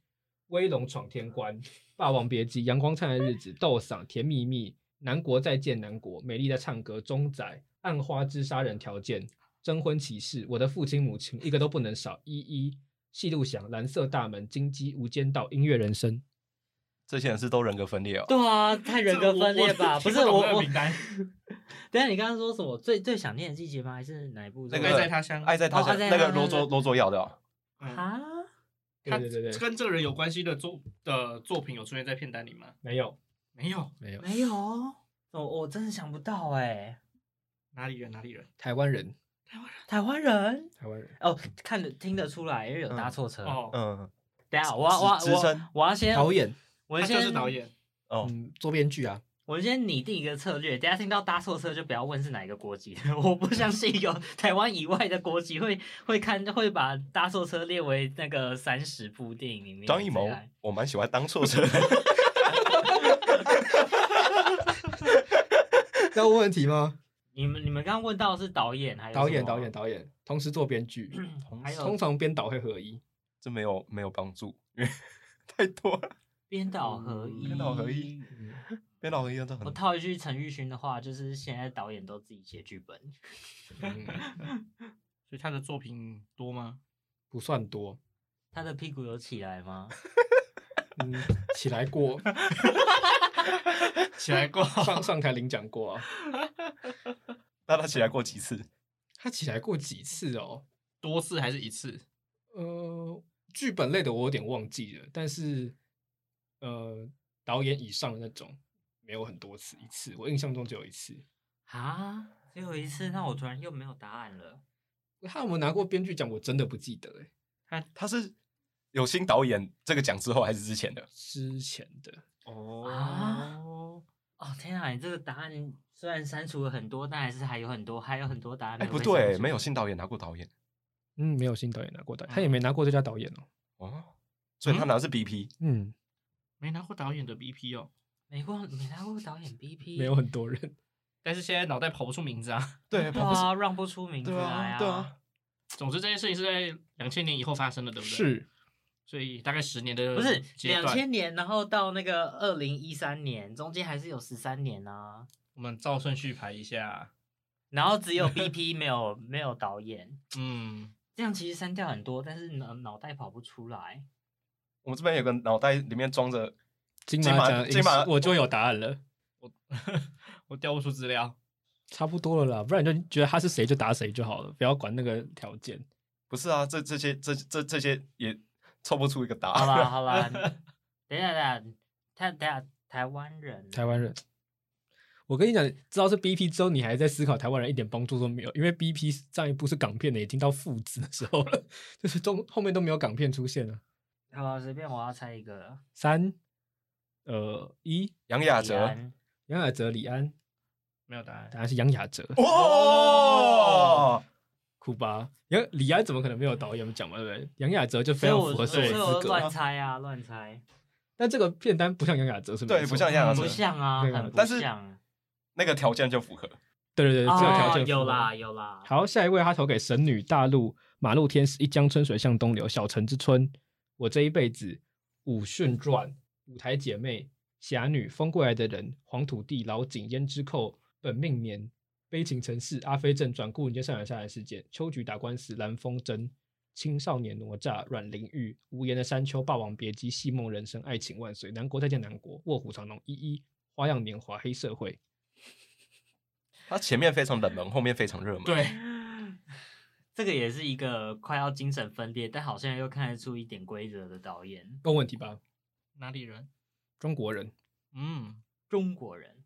[SPEAKER 2] 威龙闯天关》《霸王别姬》《阳光灿烂的日子》《斗赏》《甜蜜蜜》《南国再见南国》《美丽在唱歌》《钟仔》《暗花之杀人条件》《征婚启事》《我的父亲母亲》一个都不能少，一一戏路响、蓝色大门、金鸡、无间道、音乐人生。
[SPEAKER 3] 这些人是都人格分裂哦。
[SPEAKER 1] 对啊，太人格分裂 吧？不是我我，
[SPEAKER 4] 名单，
[SPEAKER 1] 等一下你刚刚说什么？最最想念的季节吗？还是哪一部作
[SPEAKER 3] 那
[SPEAKER 1] 品？
[SPEAKER 3] 个
[SPEAKER 4] 爱在他乡，
[SPEAKER 3] 爱在他乡
[SPEAKER 1] 哦爱在
[SPEAKER 3] 那
[SPEAKER 1] 他
[SPEAKER 3] 个
[SPEAKER 1] 乡
[SPEAKER 3] 罗卓罗卓要的哦，
[SPEAKER 4] 嗯
[SPEAKER 1] 啊，
[SPEAKER 2] 对对对对，
[SPEAKER 4] 跟这个人有关系的作的作品有出现在片单里吗？
[SPEAKER 2] 没有
[SPEAKER 4] 没有，
[SPEAKER 2] 没有，
[SPEAKER 1] 没有，哦我我真的想不到哎，
[SPEAKER 4] 哪里人哪里人，
[SPEAKER 2] 台湾人，
[SPEAKER 1] 台湾人
[SPEAKER 2] 台湾人，
[SPEAKER 1] 哦，看得听得出来，因为有搭错车。
[SPEAKER 4] 哦，
[SPEAKER 3] 嗯，
[SPEAKER 1] 等一下我要我要
[SPEAKER 3] 资
[SPEAKER 1] 我要
[SPEAKER 3] 深
[SPEAKER 1] 我要先，
[SPEAKER 2] 导演，
[SPEAKER 1] 我
[SPEAKER 4] 他就
[SPEAKER 1] 先
[SPEAKER 4] 是导，演，
[SPEAKER 3] 哦，
[SPEAKER 2] 嗯，做编剧啊，
[SPEAKER 1] 我先拟定一个策略。等一下听到搭错车就不要问是哪一个国籍， 我不相信有台湾以外的国籍会 会看会把搭错车列为那个三十部电影里面。
[SPEAKER 3] 张艺谋
[SPEAKER 1] 这样，
[SPEAKER 3] 我蛮喜欢当错车。
[SPEAKER 2] 要问问题吗？
[SPEAKER 1] 你们你们刚刚问到的是导演还有
[SPEAKER 2] 导演，
[SPEAKER 1] 什么
[SPEAKER 2] 导演，，导演，同时做编剧，
[SPEAKER 1] 还
[SPEAKER 2] 通
[SPEAKER 1] 有
[SPEAKER 2] 常编导会合一。
[SPEAKER 3] 这没有没有帮助，因为 太多了。
[SPEAKER 1] 编导合一，
[SPEAKER 3] 编导合一。编导合一真的
[SPEAKER 1] 嗯我
[SPEAKER 3] 很
[SPEAKER 1] 套一句陈奕迅的话，就是现在导演都自己写剧本。
[SPEAKER 2] 嗯，
[SPEAKER 4] 所以他的作品多吗？
[SPEAKER 2] 不算多，
[SPEAKER 1] 他的屁股有起来吗？
[SPEAKER 2] 嗯，起来 过，
[SPEAKER 4] 起来过，
[SPEAKER 2] 上上台领奖过啊，
[SPEAKER 3] 那他起来过几次？
[SPEAKER 2] 他起来过几次哦？
[SPEAKER 4] 多次还是一次？
[SPEAKER 2] 呃，剧本类的我有点忘记了，但是呃，导演以上的那种没有很多次，一次，我印象中只有一次。
[SPEAKER 1] 啊，只有一次，那我突然又没有答案了。
[SPEAKER 2] 他有没有拿过编剧奖？我真的不记得哎、
[SPEAKER 3] 他是有新导演这个奖之后还是之前的？
[SPEAKER 2] 之前的
[SPEAKER 4] 啊
[SPEAKER 1] 哦，哦天啊，你这个答案虽然删除了很多，但还是还有很多，还有很多答案。
[SPEAKER 3] 哎，不对，没有。新导演拿过导演
[SPEAKER 2] 嗯，没有新导演拿过导演，他也没拿过最佳导演哦。
[SPEAKER 3] 哦，所以他拿的是 BP。
[SPEAKER 2] 嗯，
[SPEAKER 4] 没拿过导演的 BP 哦，
[SPEAKER 1] 美国没拿过导演 BP，
[SPEAKER 2] 没有很多人。
[SPEAKER 4] 但是现在脑袋跑不出名字啊。
[SPEAKER 3] 对，
[SPEAKER 1] 对
[SPEAKER 3] 不是
[SPEAKER 1] 啊，让不出名字
[SPEAKER 3] 对
[SPEAKER 1] 来
[SPEAKER 3] 啊，对啊，
[SPEAKER 4] 总之这件事情是在两千年以后发生的，对不对？，
[SPEAKER 2] 是，
[SPEAKER 4] 所以大概十年的
[SPEAKER 1] 不是
[SPEAKER 4] 阶段
[SPEAKER 1] 两千年，然后到那个二零一三年，中间还是有十三年啊。
[SPEAKER 4] 我们照顺序排一下，
[SPEAKER 1] 然后 只有 BP 没有没有导演，
[SPEAKER 4] 嗯，
[SPEAKER 1] 这样其实删掉很多，但是脑脑袋跑不出 来。
[SPEAKER 3] 我们这边有个脑袋里面装着
[SPEAKER 2] 金
[SPEAKER 3] 马
[SPEAKER 2] 马
[SPEAKER 3] 奖
[SPEAKER 2] 奖
[SPEAKER 3] 金马
[SPEAKER 2] 我就有答案了，
[SPEAKER 4] 我调不出资料，
[SPEAKER 2] 差不多了啦，不然你就觉得他是谁就答谁就好了，不要管那个条件。
[SPEAKER 3] 不是啊，这这些这这这些也凑不出一个答
[SPEAKER 1] 好
[SPEAKER 3] 案。
[SPEAKER 1] 啦好啦，等一下等一下，他等一下台湾人，
[SPEAKER 2] 台湾人，我跟你讲，知道是 BP 之后，你还在思考台湾人一点帮助都没有，因为 BP 上一部是港片的，已经到父子的时候了， 就是中后面都没有港片出现了。
[SPEAKER 1] 好啦，随便我要猜一个了。
[SPEAKER 2] 三，呃，一，
[SPEAKER 3] 杨雅
[SPEAKER 1] 李
[SPEAKER 3] 哲，
[SPEAKER 1] 安
[SPEAKER 2] 杨雅哲、李安，
[SPEAKER 4] 没有答案
[SPEAKER 2] 答。案是杨雅哲，
[SPEAKER 3] 哦，
[SPEAKER 2] 酷吧？杨李安怎么可能没有导演？我们讲嘛，对不对？杨雅哲就
[SPEAKER 1] 所
[SPEAKER 2] 非
[SPEAKER 1] 以
[SPEAKER 2] 常
[SPEAKER 1] 我
[SPEAKER 2] 符合所
[SPEAKER 1] 所以
[SPEAKER 2] 有
[SPEAKER 1] 我
[SPEAKER 2] 资
[SPEAKER 1] 乱
[SPEAKER 2] 格，
[SPEAKER 1] 猜啊，乱 猜，
[SPEAKER 2] 但这个片单不像杨雅哲，是没
[SPEAKER 3] 对，
[SPEAKER 2] 错
[SPEAKER 3] 不像杨雅
[SPEAKER 1] 不
[SPEAKER 3] 哲，
[SPEAKER 1] 像啊，
[SPEAKER 2] 对啊
[SPEAKER 1] 很不
[SPEAKER 3] 但是
[SPEAKER 1] 像。
[SPEAKER 3] 那个条件就符合。
[SPEAKER 2] 对对对， 这个条
[SPEAKER 1] 哦
[SPEAKER 2] 件，符合
[SPEAKER 1] 有啦。有啦。
[SPEAKER 2] 好，下一位他投给神女大陆马路天使一江春水向东流小城之春，我这一辈子武训传舞台姐妹侠女风过来的人黄土地老井胭脂扣本命年悲情城市阿飞正传顾人间上演下来事件秋菊打官司蓝风筝青少年哪吒阮玲玉无言的山丘霸王别姬戏梦人生爱情万岁南国再见南国卧虎藏龙一一花样年华黑社会
[SPEAKER 3] 他前面非常冷门，后面非常热门。
[SPEAKER 4] 对，
[SPEAKER 1] 这个也是一个快要精神分裂，但好像又看得出一点规则的导演，
[SPEAKER 2] 问问题吧
[SPEAKER 4] 哪里人？
[SPEAKER 2] 中国人。
[SPEAKER 4] 嗯，
[SPEAKER 1] 中国人。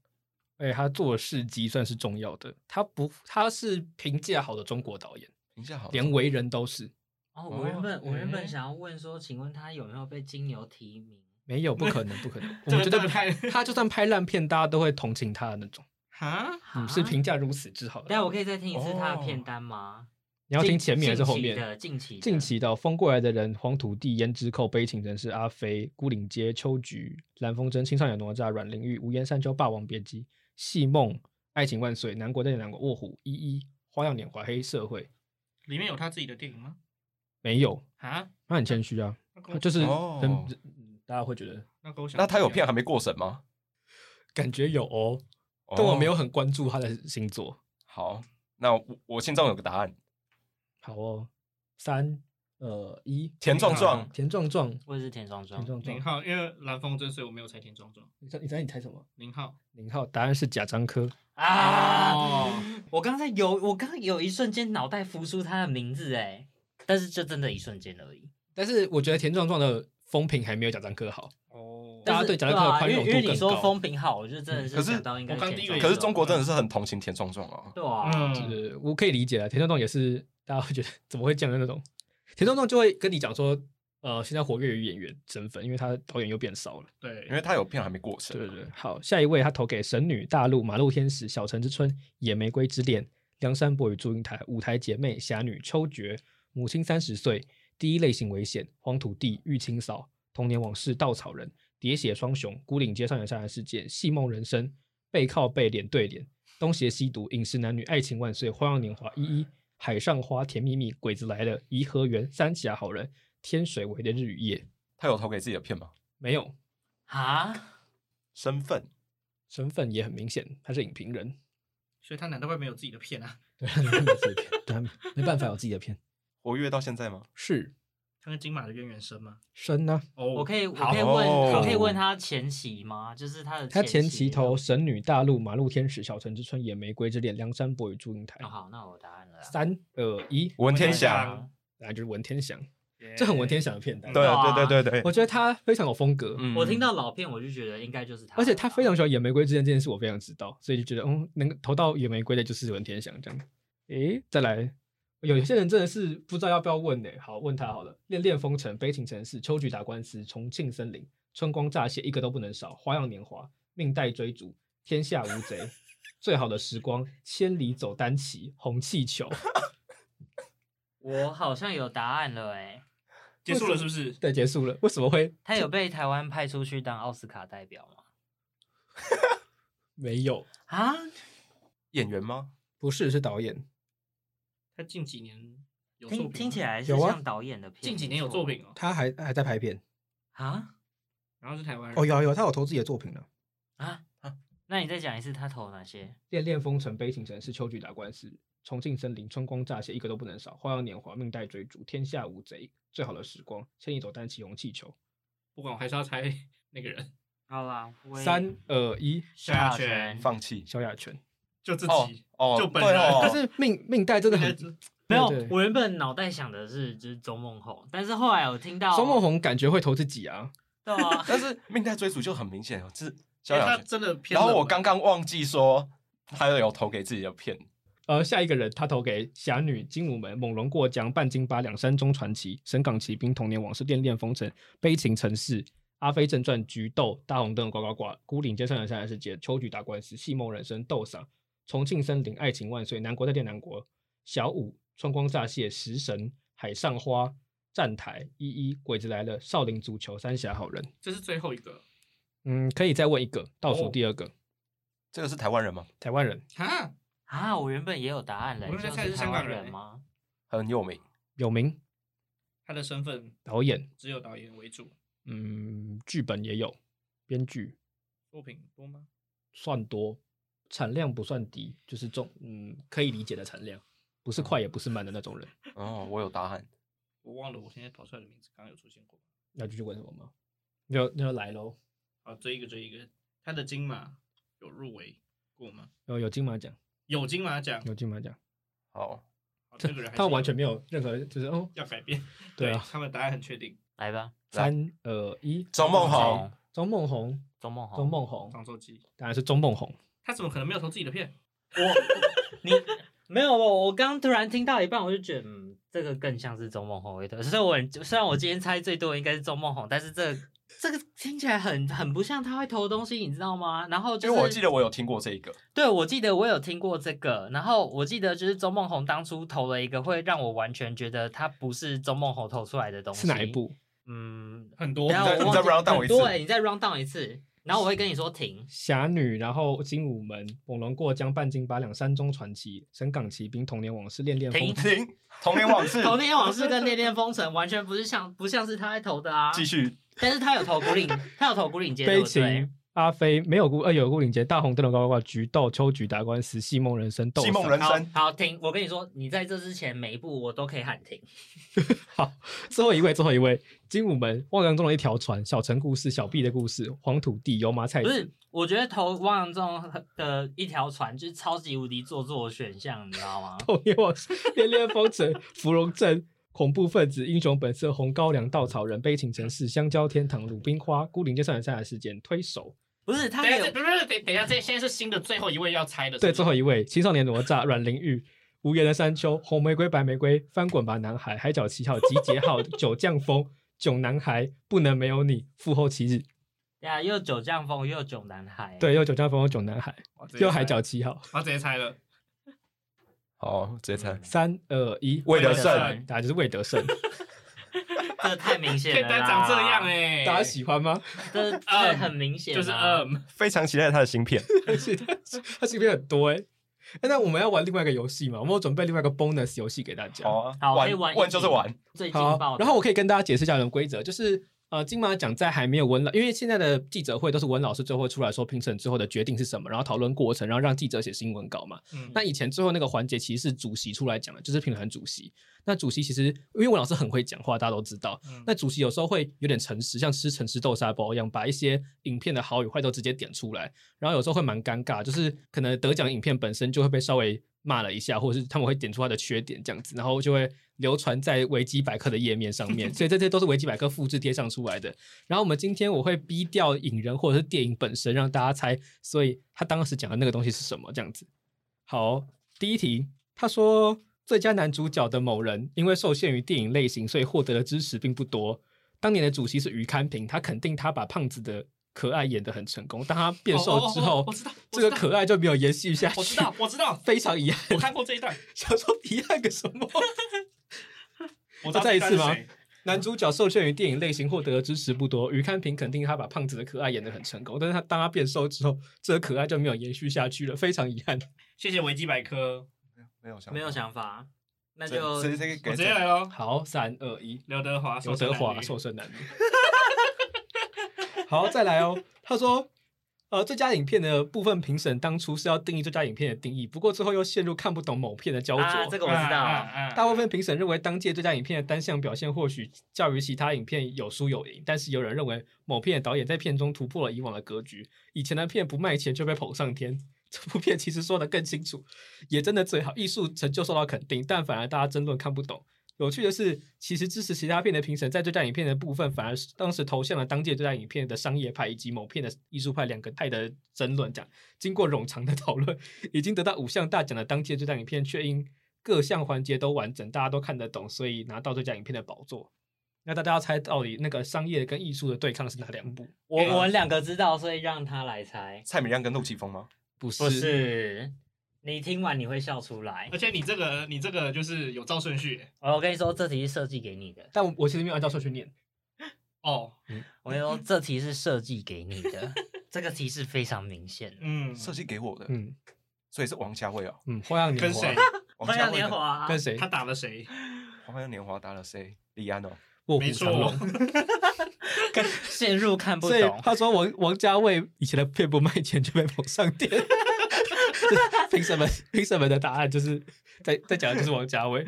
[SPEAKER 2] 而且哎他做的事迹算是重要的。他不，他是评价好的中国导演，
[SPEAKER 3] 评价好，
[SPEAKER 2] 连为人都是
[SPEAKER 1] 哦，我原本我原本
[SPEAKER 4] 诶
[SPEAKER 1] 想要问说，请问他有没有被金牛提名？
[SPEAKER 2] 没有不可能，不 可能。我
[SPEAKER 4] 这
[SPEAKER 2] 们觉
[SPEAKER 4] 个真
[SPEAKER 2] 得
[SPEAKER 4] 的太
[SPEAKER 2] 他就算拍烂片，大家都会同情他的那种。
[SPEAKER 4] 哈，
[SPEAKER 2] 嗯，是
[SPEAKER 1] 啊
[SPEAKER 2] 评价如此之好的。
[SPEAKER 1] 但我可以再听一次他的
[SPEAKER 3] 哦
[SPEAKER 1] 片单吗？
[SPEAKER 2] 你要
[SPEAKER 1] 近
[SPEAKER 2] 听前面还是后
[SPEAKER 1] 近期的
[SPEAKER 2] 面？
[SPEAKER 1] 近期的
[SPEAKER 2] 近期的《风过来的人》《黄土地》《胭脂扣》《悲情城市》《阿飞》《孤岭街》《秋菊》《蓝风筝》《青少年哪吒》《阮玲玉》《无言山丘》《霸王别姬》《戏梦》《爱情万岁》《南国再见南国》《卧虎》《一一》《花样年华》《黑社会》
[SPEAKER 4] 里面有他自己的电影吗？
[SPEAKER 2] 没有，
[SPEAKER 4] 啊，
[SPEAKER 2] 他很谦虚啊。
[SPEAKER 4] 那跟我
[SPEAKER 2] 就是
[SPEAKER 3] 哦
[SPEAKER 2] 很、大家会觉得
[SPEAKER 4] 那跟我想，
[SPEAKER 3] 那他有片还没过审吗？
[SPEAKER 2] 感觉有哦，
[SPEAKER 3] 哦
[SPEAKER 2] 但我没有很关注他的星座。
[SPEAKER 3] 好，那我我心中有个答案，
[SPEAKER 2] 好哦，三呃一
[SPEAKER 3] 田壮壮，
[SPEAKER 2] 田壮壮，
[SPEAKER 1] 我也是田双
[SPEAKER 2] 田
[SPEAKER 1] 双，
[SPEAKER 2] 壮壮
[SPEAKER 4] 零，号，因为蓝风筝，所以我没有猜田壮壮。
[SPEAKER 2] 你猜你猜你猜什么？
[SPEAKER 4] 零号
[SPEAKER 2] 零号，答案是贾樟柯。
[SPEAKER 1] 啊！
[SPEAKER 4] 哦，
[SPEAKER 1] 我刚才有，我刚刚有一瞬间脑袋浮出他的名字哎，但是就真的一瞬间而已。
[SPEAKER 2] 但是我觉得田壮壮的风评还没有贾樟柯好。
[SPEAKER 4] 哦
[SPEAKER 2] 大家对贾樟柯的宽容
[SPEAKER 1] 啊
[SPEAKER 2] 度
[SPEAKER 1] 因为因为
[SPEAKER 2] 更
[SPEAKER 1] 你说
[SPEAKER 2] 高
[SPEAKER 1] 风评好，我就真的
[SPEAKER 3] 可
[SPEAKER 1] 是
[SPEAKER 3] 是
[SPEAKER 1] 想到应该
[SPEAKER 4] 嗯我刚
[SPEAKER 1] 田
[SPEAKER 4] 第一
[SPEAKER 1] 壮
[SPEAKER 4] 个
[SPEAKER 3] 可
[SPEAKER 1] 壮
[SPEAKER 3] 是中国真的是很同情田壮壮哦。
[SPEAKER 1] 对啊，
[SPEAKER 4] 嗯，
[SPEAKER 2] 呃，我可以理解啊，田壮壮也是大家会觉得 怎么会这样的那种。田壮壮就会跟你讲说，呃，现在活跃于演员身份，因为他导演又变少了。
[SPEAKER 4] 对
[SPEAKER 3] 因，为他有片还没过审，
[SPEAKER 2] 对对对，好，下一位他投给《神女》《大陆》《马路天使》《小城之春》《野玫瑰之恋》《梁山伯与祝英台》《舞台姐妹》《侠女》《秋决》《母亲三十岁》《第一类型危险》《黄土地》《玉清嫂》《童年往事》《稻草人》《喋血双雄》《孤岭街少年杀人事件》《戏梦人生》《背靠背脸对脸》《东邪西毒》《饮食男女》《爱情万岁》《花样年华》一一《海上花》《甜蜜蜜》《鬼子来了》《颐和园》《三峡好人》《天水围的日与夜》
[SPEAKER 3] 他有投给自己的片吗？
[SPEAKER 2] 没有
[SPEAKER 1] 啊，
[SPEAKER 3] 身份
[SPEAKER 2] 身份也很明显，他是影评人。
[SPEAKER 4] 所以他难道会没有自己的片啊？
[SPEAKER 2] 对，他没办法有自己的片，对，他没办法有自己的片，
[SPEAKER 3] 活跃到现在吗？
[SPEAKER 2] 是
[SPEAKER 4] 他跟金马的渊源深吗？
[SPEAKER 2] 生呢、
[SPEAKER 4] 哦，
[SPEAKER 1] 我可以，我
[SPEAKER 4] 好
[SPEAKER 1] 可以
[SPEAKER 3] 哦
[SPEAKER 1] 问，我可以问他前期吗？就是他的
[SPEAKER 2] 他前期投《
[SPEAKER 1] 哦
[SPEAKER 2] 神女》《大陆》《马路天使》《小城之春》《野玫瑰之恋》《梁山伯与祝英台》
[SPEAKER 1] 哦好，那我答案了啦。
[SPEAKER 2] 三二一，
[SPEAKER 3] 文天
[SPEAKER 4] 天
[SPEAKER 3] 祥，
[SPEAKER 4] 祥
[SPEAKER 2] 然后就是文天祥，
[SPEAKER 1] 哎
[SPEAKER 2] 这很文天祥的片段。
[SPEAKER 3] 对
[SPEAKER 1] 哇
[SPEAKER 3] 对对对对，
[SPEAKER 2] 我觉得他非常有风格，
[SPEAKER 3] 嗯
[SPEAKER 1] 我听到老片，我就觉得应该就是他，
[SPEAKER 2] 而且他非常喜欢《野玫瑰之恋》这件事，我非常知道，所以就觉得，嗯，能够投到《野玫瑰》的就是文天祥这样。诶，再来，有些人真的是不知道要不要问呢、好，问他好了，《恋恋风尘》《悲情城市》《秋菊打官司》《重庆森林》《春光乍泄》一个都不能少，《花样年华》《命带追逐》《天下无贼》《最好的时光》《千里走单骑》《红气球》。
[SPEAKER 1] 我好像有答案了哎，
[SPEAKER 4] 结束了是不是？
[SPEAKER 2] 对，结束了。为什么会
[SPEAKER 1] 他有被台湾派出去当奥斯卡代表吗？
[SPEAKER 2] 没有？
[SPEAKER 1] 啊，
[SPEAKER 3] 演员吗？
[SPEAKER 2] 不是，是导演。
[SPEAKER 4] 他近几年有作品
[SPEAKER 1] 听
[SPEAKER 4] 吗
[SPEAKER 1] 听起来是
[SPEAKER 2] 有啊
[SPEAKER 1] 像导演的片，
[SPEAKER 4] 近几年有
[SPEAKER 1] 没错
[SPEAKER 4] 作品哦，
[SPEAKER 2] 他还还在拍片
[SPEAKER 1] 啊
[SPEAKER 4] 然后是台湾人，
[SPEAKER 2] 哦，有有，他有投自己的作品了。
[SPEAKER 1] 啊啊！那你再讲一次他投哪些？
[SPEAKER 2] 《恋恋风尘》《悲情城市》《秋菊打官司》《重庆森林》《春光乍泄》一个都不能少，《花样年华》《命带追逐》《天下无贼》《最好的时光》《千里走单骑》《红气球
[SPEAKER 4] 不管我还是要猜 那个人，
[SPEAKER 1] 好啦，》我也
[SPEAKER 2] 三二一，
[SPEAKER 1] 萧亚
[SPEAKER 4] 萧亚
[SPEAKER 1] 轩
[SPEAKER 4] 轩
[SPEAKER 3] 放弃
[SPEAKER 2] 萧亚轩。
[SPEAKER 4] 就自
[SPEAKER 3] 哦
[SPEAKER 4] 己
[SPEAKER 3] 哦，
[SPEAKER 4] 就本
[SPEAKER 3] 对
[SPEAKER 4] 人
[SPEAKER 3] 哦
[SPEAKER 2] 但是命命带真的很
[SPEAKER 4] 应该是
[SPEAKER 1] 没有
[SPEAKER 2] 对对。
[SPEAKER 1] 我原本脑袋想的是就是周梦红，但是后来我听到
[SPEAKER 2] 周梦红感觉会投自己啊，
[SPEAKER 1] 对啊，
[SPEAKER 3] 但是命带追逐就很明显哦，这是
[SPEAKER 4] 因
[SPEAKER 3] 萧
[SPEAKER 4] 为
[SPEAKER 3] 亚
[SPEAKER 4] 他
[SPEAKER 3] 轩。
[SPEAKER 4] 真的偏
[SPEAKER 3] 然
[SPEAKER 4] 冷门。
[SPEAKER 3] 后我刚刚忘记说，他有投给自己的片，
[SPEAKER 2] 呃，下一个人他投给《侠女》《精武门》《猛龙过江》《半斤八两》《山中传奇》《神港奇兵》《童年往事》《恋恋风尘》《悲情城市》《阿飞正传》《菊豆》《大红灯笼呱呱呱》《孤岭街上的山人世界》《秋菊打官司》《戏梦人生》《斗赏》《重庆森林》《爱情万岁》《南国再见南国》《小五》《春光乍泄》《食神》《海上花》《站台》《一一》《鬼子来了》《少林足球》《三峡好人》。
[SPEAKER 4] 这是最后一个
[SPEAKER 2] 嗯，可以再问一个，倒数
[SPEAKER 4] 哦
[SPEAKER 2] 第二个，
[SPEAKER 3] 这个是台湾人吗？
[SPEAKER 2] 台湾人
[SPEAKER 4] 啊，
[SPEAKER 1] 啊，我原本也有答案嘞，
[SPEAKER 4] 我原本
[SPEAKER 1] 就
[SPEAKER 4] 在猜
[SPEAKER 1] 是
[SPEAKER 4] 是
[SPEAKER 1] 台
[SPEAKER 4] 香港
[SPEAKER 1] 湾
[SPEAKER 4] 人欸
[SPEAKER 1] 人吗？
[SPEAKER 3] 很有名，
[SPEAKER 2] 有名
[SPEAKER 4] 他的身份
[SPEAKER 2] 导演，
[SPEAKER 4] 只有导演为主，
[SPEAKER 2] 嗯，剧本也有，编剧。
[SPEAKER 4] 作品多吗？
[SPEAKER 2] 算多，产量不算低，就是中嗯可以理解的产量，不是快也不是慢的那种人。
[SPEAKER 3] 哦，我有答案，
[SPEAKER 4] 我忘了，我现在跑出来的名字刚刚有出现过。
[SPEAKER 2] 要继续问什么吗？那就那就来喽，
[SPEAKER 4] 好，追一个追一个，他的金马有入围过吗？
[SPEAKER 2] 有有金马奖，
[SPEAKER 4] 有金马奖，
[SPEAKER 2] 有金马奖，
[SPEAKER 3] 好，
[SPEAKER 4] 好这个人还
[SPEAKER 2] 他
[SPEAKER 4] 是
[SPEAKER 2] 完全没有任何就是哦，
[SPEAKER 4] 要改变。
[SPEAKER 2] 对啊
[SPEAKER 4] 他们答案很确定，
[SPEAKER 1] 来吧，
[SPEAKER 2] 三二一，
[SPEAKER 3] 周梦红，
[SPEAKER 2] 周梦红，
[SPEAKER 1] 周梦红，
[SPEAKER 2] 周梦红，
[SPEAKER 4] 张寿基，
[SPEAKER 2] 当然是周梦红，
[SPEAKER 4] 他怎么可能没有投自己的片？
[SPEAKER 1] 你没有我，我刚突然听到一半，我就觉得，嗯，这个更像是周梦红味道。所以我很虽然我今天猜最多的应该是周梦红，但是这个这个听起来很很不像他会投东西，你知道吗？然后就
[SPEAKER 3] 因
[SPEAKER 1] 是
[SPEAKER 3] 为我记得我有听过这一个，
[SPEAKER 1] 对，我记得我有听过这个，然后我记得就是周梦红当初投了一个会让我完全觉得他不是周梦红投出来的东西，
[SPEAKER 2] 是哪一？部？
[SPEAKER 1] 嗯，
[SPEAKER 4] 很多
[SPEAKER 1] 等一下
[SPEAKER 3] 你再
[SPEAKER 1] 我忘记
[SPEAKER 3] 你再 round down
[SPEAKER 1] 很
[SPEAKER 3] 一
[SPEAKER 1] 多
[SPEAKER 3] 次
[SPEAKER 1] 欸你再 round down 一次，然后我会跟你说 停。
[SPEAKER 2] 侠女，然后精武门、猛龙过江、半斤八两、山中传奇、神港奇兵、童年往事、恋恋风
[SPEAKER 1] 停
[SPEAKER 2] 尘。
[SPEAKER 3] 停， 童年往事，
[SPEAKER 1] 投那天往事跟恋恋风尘完全不是像不像是他在投的啊，
[SPEAKER 3] 继续，
[SPEAKER 1] 但是他有投古岭，他有投古岭街，对
[SPEAKER 2] 悲
[SPEAKER 1] 不对
[SPEAKER 2] 情？阿飞没有孤呃有孤岭街，大红灯笼高高挂，菊豆秋菊达官司，戏梦人生豆
[SPEAKER 3] 戏梦
[SPEAKER 2] 赏
[SPEAKER 3] 人
[SPEAKER 1] 好
[SPEAKER 3] 生
[SPEAKER 1] 好停，我跟你说，你在这之前每一步我都可以喊停。
[SPEAKER 2] 最后一位，最后一位，精武门望洋中的一条船，小城故事，小毕的故事，黄土地，油麻菜籽
[SPEAKER 1] 不是，我觉得投汪洋中的一条船就是超级无敌做作的选项，你知道吗？
[SPEAKER 2] 红叶往事，恋恋风尘，芙蓉镇，恐怖分子，英雄本色，红高粱，稻草人，悲情城市，香蕉天堂，鲁冰花，孤零街上人下的事件，推手。
[SPEAKER 1] 不是，他
[SPEAKER 4] 等一
[SPEAKER 1] 有
[SPEAKER 4] 下，不是不是，等等一下，这现在是新的最后一位要猜的，
[SPEAKER 2] 对，
[SPEAKER 4] 是
[SPEAKER 2] 最
[SPEAKER 4] 不
[SPEAKER 2] 后
[SPEAKER 4] 是
[SPEAKER 2] 一位，青少年哪吒，阮玲玉。无言的山丘，红玫瑰，白玫瑰，翻滚吧，男孩，海角七号，集结号，九降风， 囧男孩，不能没有你，复后七日，
[SPEAKER 1] 对啊，又九降风，又九男孩。，嗯
[SPEAKER 2] 对，又九降风，又囧男孩，
[SPEAKER 4] 我哎直接
[SPEAKER 2] 又
[SPEAKER 4] 猜
[SPEAKER 2] 海角，七号，
[SPEAKER 4] 我直接猜了，
[SPEAKER 3] 好，直接猜。
[SPEAKER 2] 三二一，
[SPEAKER 3] 魏德
[SPEAKER 1] 魏德
[SPEAKER 3] 胜
[SPEAKER 1] 胜，
[SPEAKER 2] 答就是魏德胜，
[SPEAKER 1] 这太明显
[SPEAKER 4] 片
[SPEAKER 1] 了
[SPEAKER 4] 单
[SPEAKER 1] 啦。
[SPEAKER 4] 长这样 哎，
[SPEAKER 2] 大家喜欢吗？
[SPEAKER 1] 这 这很明显啊，
[SPEAKER 4] 就是嗯，
[SPEAKER 3] 非常期待他的新片。
[SPEAKER 2] 而且他他这边很多哎、哎那我们要玩另外一个游戏嘛？我们有准备另外一个 bonus 游戏给大家。
[SPEAKER 3] 好啊，
[SPEAKER 1] 好，可以玩
[SPEAKER 3] 玩
[SPEAKER 1] 一
[SPEAKER 3] 玩就是
[SPEAKER 1] 集
[SPEAKER 3] 玩。
[SPEAKER 1] 最劲
[SPEAKER 2] 好，
[SPEAKER 1] 爆的。
[SPEAKER 2] 然后我可以跟大家解释一下我们规则，就是呃，金马奖在还没有文老，因为现在的记者会都是文老师最后会出来说评审最后的决定是什么，然后讨论过程，然后让记者写新闻稿嘛。
[SPEAKER 4] 嗯
[SPEAKER 2] 那以前最后那个环节其实是主席出来讲的，就是评论主席。那主席其实因为文老师很会讲话，大家都知道。
[SPEAKER 4] 嗯
[SPEAKER 2] 那主席有时候会有点诚实，像吃诚实豆沙包一样，把一些影片的好与坏都直接点出来。然后有时候会蛮尴尬，就是可能得奖影片本身就会被稍微骂了一下，或者是他们会点出它的缺点这样子，然后就会流传在维基百科的页面上面。所以这些都是维基百科复制贴上出来的。然后我们今天我会逼掉影人或者是电影本身，让大家猜，所以他当时讲的那个东西是什么这样子。好，哦第一题，他说最佳男主角的某人因为受限于电影类型，所以获得的支持并不多。当年的主席是于堪平，他肯定他把胖子的可爱演得很成功，当他变瘦之
[SPEAKER 4] 哦哦哦
[SPEAKER 2] 后，
[SPEAKER 4] 哦我知道，
[SPEAKER 2] 这个
[SPEAKER 4] 我知道
[SPEAKER 2] 可爱就没有延续下去。
[SPEAKER 4] 我知道，我知道，
[SPEAKER 2] 非常遗憾。
[SPEAKER 4] 我看过这一段，
[SPEAKER 2] 想说遗憾个什么？
[SPEAKER 4] 我知道
[SPEAKER 2] 再一
[SPEAKER 4] 这
[SPEAKER 2] 次
[SPEAKER 4] 段
[SPEAKER 2] 吗
[SPEAKER 4] 是谁？
[SPEAKER 2] 男主角受限于电影类型获得的支持不多，于堪平肯定他把胖子的可爱演得很成功，但是他当他变瘦之后，这个可爱就没有延续下去了，非常遗憾。
[SPEAKER 4] 谢谢维基百科，
[SPEAKER 3] 没有想
[SPEAKER 1] 没有想法，那
[SPEAKER 3] 那
[SPEAKER 1] 就
[SPEAKER 3] 直接
[SPEAKER 4] 我
[SPEAKER 3] 给
[SPEAKER 4] 直接来喽。
[SPEAKER 2] 好，三二一，
[SPEAKER 4] 刘德华，
[SPEAKER 2] 刘德华
[SPEAKER 4] 说
[SPEAKER 2] 瘦身男女。好，再来哦。他说，呃，最佳影片的部分评审当初是要定义最佳影片的定义，不过最后又陷入看不懂某片的焦灼。
[SPEAKER 1] 啊，这个我知
[SPEAKER 4] 嗯
[SPEAKER 1] 道。
[SPEAKER 2] 大部分评审认为当届最佳影片的单项表现或许较于其他影片有输有赢，但是有人认为某片的导演在片中突破了以往的格局，以前的片不卖钱就被捧上天。 这部片其实说的更清楚，也真的最好，艺术成就受到肯定，但反而大家争论看不懂。有趣的是，其实支持其他片的评审在最佳影片的部分，反而是当时投向了当届最佳影片的商业派以及某片的艺术派两个派的争论。这样，经过冗长的讨论，已经得到五项大奖的当届最佳影片，却因各项环节都完整，大家都看得懂，所以拿到最佳影片的宝座。那大家要猜到底那个商业跟艺术的对抗是哪两部？
[SPEAKER 1] 我我们两个知道，所以让他来猜。
[SPEAKER 3] 蔡明亮跟陆启峰吗？
[SPEAKER 2] 不是，
[SPEAKER 1] 不是，你听完你会笑出来
[SPEAKER 4] 而。且你这个你这个就是有照顺序
[SPEAKER 1] 我跟你说，这题是设计给你的。
[SPEAKER 2] 但我我其实没有按照顺序念。
[SPEAKER 4] 哦，
[SPEAKER 1] 我跟你说，这题是设计给你的。这个题是非常明显的。
[SPEAKER 4] 嗯，
[SPEAKER 3] 设计给我的，
[SPEAKER 2] 嗯
[SPEAKER 3] 所以是王家卫哦。
[SPEAKER 2] 嗯，花样年
[SPEAKER 4] 跟
[SPEAKER 2] 华
[SPEAKER 4] 谁？
[SPEAKER 3] 王
[SPEAKER 1] 欢
[SPEAKER 3] 家
[SPEAKER 1] 迎
[SPEAKER 3] 卫
[SPEAKER 1] 年
[SPEAKER 3] 的
[SPEAKER 1] 华，啊
[SPEAKER 2] 跟谁
[SPEAKER 4] 他？打了谁？
[SPEAKER 3] 《花样年华》打了谁？李安哦。
[SPEAKER 2] 卧
[SPEAKER 4] 没
[SPEAKER 2] 虎藏
[SPEAKER 4] 错
[SPEAKER 2] 龙。，
[SPEAKER 1] 陷入看不
[SPEAKER 2] 所以
[SPEAKER 1] 懂。
[SPEAKER 2] 他说王王家卫以前的片不卖钱就被捧上天， 这凭什么？凭什么的答案就是在在讲的就是王家卫。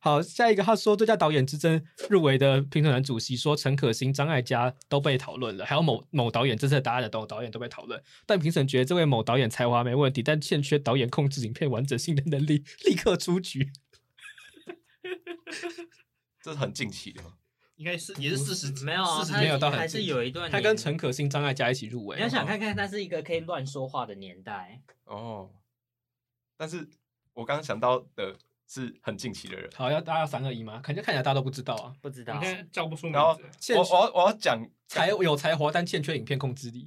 [SPEAKER 2] 好，下一个他说最佳导演之争入围的评审团主席说陈可辛、张艾嘉都被讨论了，还有某某导演这次的答案的某导演都被讨论，但评审觉得这位某导演才华没问题，但欠缺导演控制影片完整性的能力， 立刻出局。
[SPEAKER 3] 这是很近期的吗，
[SPEAKER 4] 应该是也是四十，
[SPEAKER 1] 没有啊，
[SPEAKER 4] 四
[SPEAKER 1] 他
[SPEAKER 4] 十
[SPEAKER 2] 没有到很
[SPEAKER 1] 还是
[SPEAKER 2] 近
[SPEAKER 1] 有一段。
[SPEAKER 2] 他跟陈，可辛、张艾嘉一起入围
[SPEAKER 1] 你要，想看看，他是一个可以乱说话的年代。
[SPEAKER 3] 哦。但是我刚刚想到的是很近期的人。
[SPEAKER 2] 好，要大家三二一吗？肯定看起来大家都不知道啊。
[SPEAKER 1] 不知
[SPEAKER 4] 你
[SPEAKER 1] 道
[SPEAKER 4] 现，在叫不出名
[SPEAKER 3] 然后
[SPEAKER 4] 字。
[SPEAKER 2] 欠
[SPEAKER 3] 我我要我要讲
[SPEAKER 2] 才有才华，但欠缺影片控制力。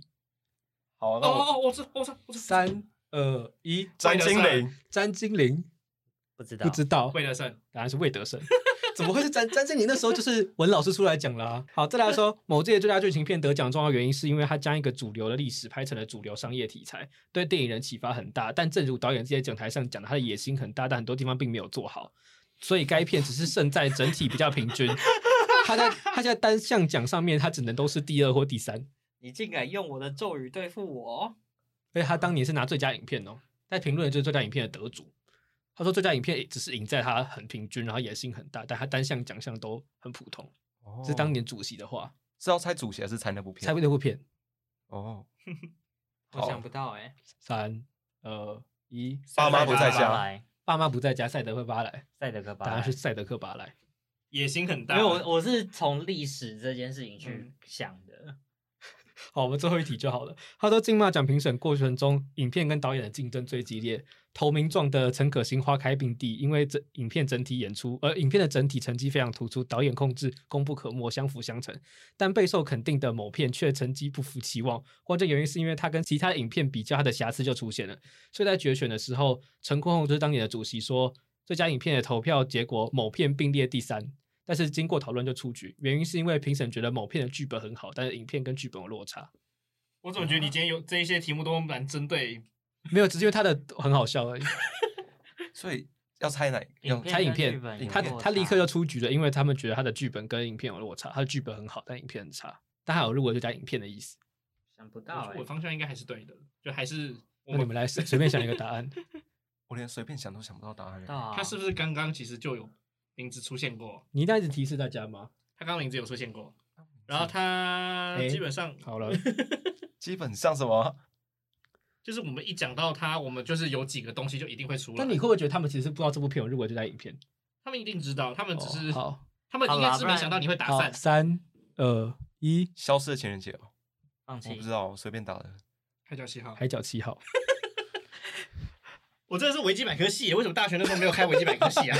[SPEAKER 3] 好，
[SPEAKER 4] 哦
[SPEAKER 3] 那
[SPEAKER 4] 哦
[SPEAKER 3] 我
[SPEAKER 4] 哦，我知我知我知，
[SPEAKER 2] 三二一，
[SPEAKER 3] 詹
[SPEAKER 4] 魏德
[SPEAKER 3] 金
[SPEAKER 4] 胜
[SPEAKER 3] 玲，
[SPEAKER 2] 詹金玲
[SPEAKER 1] 不知道，
[SPEAKER 2] 不知道，
[SPEAKER 4] 魏德胜，
[SPEAKER 2] 答案是魏德胜。 怎么会是詹詹金玲？那时候就是文老师出来讲啦、好，再来说某届最佳剧情片得奖的重要原因，是因为它将一个主流的历史拍成了主流商业题材，对电影人启发很大。但正如导演自己在讲台上讲的，他的野心很大，但很多地方并没有做好，所以该片只是胜在 整体比较平均。他在他在单项奖上面，他只能都是第二或第三。
[SPEAKER 1] 你竟敢用我的咒语对付我！
[SPEAKER 2] 而且他当年是拿最佳影片哦，在评论的就是最佳影片的得主。他说最佳影片只是赢在他很平均，然后野心很大，但他单项奖项都很普通。这是当年主席的话，
[SPEAKER 3] 哦是要猜主席还是猜那部片？
[SPEAKER 2] 猜不那部片。
[SPEAKER 3] 哦，
[SPEAKER 1] 我
[SPEAKER 3] 好
[SPEAKER 1] 想不到哎、
[SPEAKER 2] 三二一，
[SPEAKER 3] 爸妈不在
[SPEAKER 1] 巴
[SPEAKER 3] 家，
[SPEAKER 1] 莱，
[SPEAKER 2] 爸妈不在家，赛德克巴莱，
[SPEAKER 1] 赛德克巴
[SPEAKER 2] 答案
[SPEAKER 1] 莱
[SPEAKER 2] 是。赛德克巴莱。
[SPEAKER 4] 野心很大。
[SPEAKER 1] 没有，我我是从历史这件事情
[SPEAKER 2] 嗯
[SPEAKER 1] 去想的。
[SPEAKER 2] 好，我们最后一题就好了。他说，金马奖评审过程中，影片跟导演的竞争最激烈。投名状的陈可辛花开并蒂，因为这影片整体演出，呃，影片的整体成绩非常突出，导演控制功不可没，相辅相成。但备受肯定的某片却成绩不符期望，关键原因是因为他跟其他的影片比较，他的瑕疵就出现了。所以在决选的时候，陈坤宏就是当年的主席说，最佳影片的投票结果，某片并列第三。但是经过讨论就出局，原因是因为评审觉得某片的剧本很好，但是影片跟剧本有落差。
[SPEAKER 4] 我总觉得你今天有这一些题目都蛮针对，
[SPEAKER 2] 没有，只是因为他的很好笑而已。
[SPEAKER 3] 所以要猜哪？要
[SPEAKER 2] 猜影片
[SPEAKER 1] 跟剧本有
[SPEAKER 2] 他
[SPEAKER 1] 落
[SPEAKER 2] 他立刻
[SPEAKER 1] 差
[SPEAKER 2] 就出局了，因为他们觉得他的剧本跟影片有落差，他的剧本很好，但影片很差。但还有入围最佳影片的意思。
[SPEAKER 1] 想不到
[SPEAKER 4] 我
[SPEAKER 1] 哎、
[SPEAKER 4] 我方向应该还是对的，就还是
[SPEAKER 2] 那
[SPEAKER 4] 我
[SPEAKER 2] 你
[SPEAKER 4] 们
[SPEAKER 2] 们来随随便想一个答 案。
[SPEAKER 3] 我连随便想都想不到答案
[SPEAKER 1] 到。啊
[SPEAKER 4] 他是不是刚刚其实就有名字出现过？
[SPEAKER 2] 你一定要一直提示大家吗？
[SPEAKER 4] 他刚刚名字有出现过，然后他
[SPEAKER 2] 诶
[SPEAKER 4] 基本上
[SPEAKER 2] 好了，
[SPEAKER 3] 基本上什么？
[SPEAKER 4] 就是我们一讲到他，我们就是有几个东西就一定会出来
[SPEAKER 2] 但。你会不会觉得他们其实不知道这部片有入围最佳影片？
[SPEAKER 4] 他们一定知道，他们只是、
[SPEAKER 2] 哦好，
[SPEAKER 4] 他们应该是没想到你会打
[SPEAKER 2] 好，
[SPEAKER 4] 散。
[SPEAKER 2] 三二一，
[SPEAKER 3] 消失的情人节哦，
[SPEAKER 1] 放
[SPEAKER 3] 我
[SPEAKER 1] 弃
[SPEAKER 3] 不知道，我随便打的。
[SPEAKER 4] 海角七号，
[SPEAKER 2] 海角七号。
[SPEAKER 4] 我真的是维基百科系耶，为什么大学那时候没有开维基百科系啊？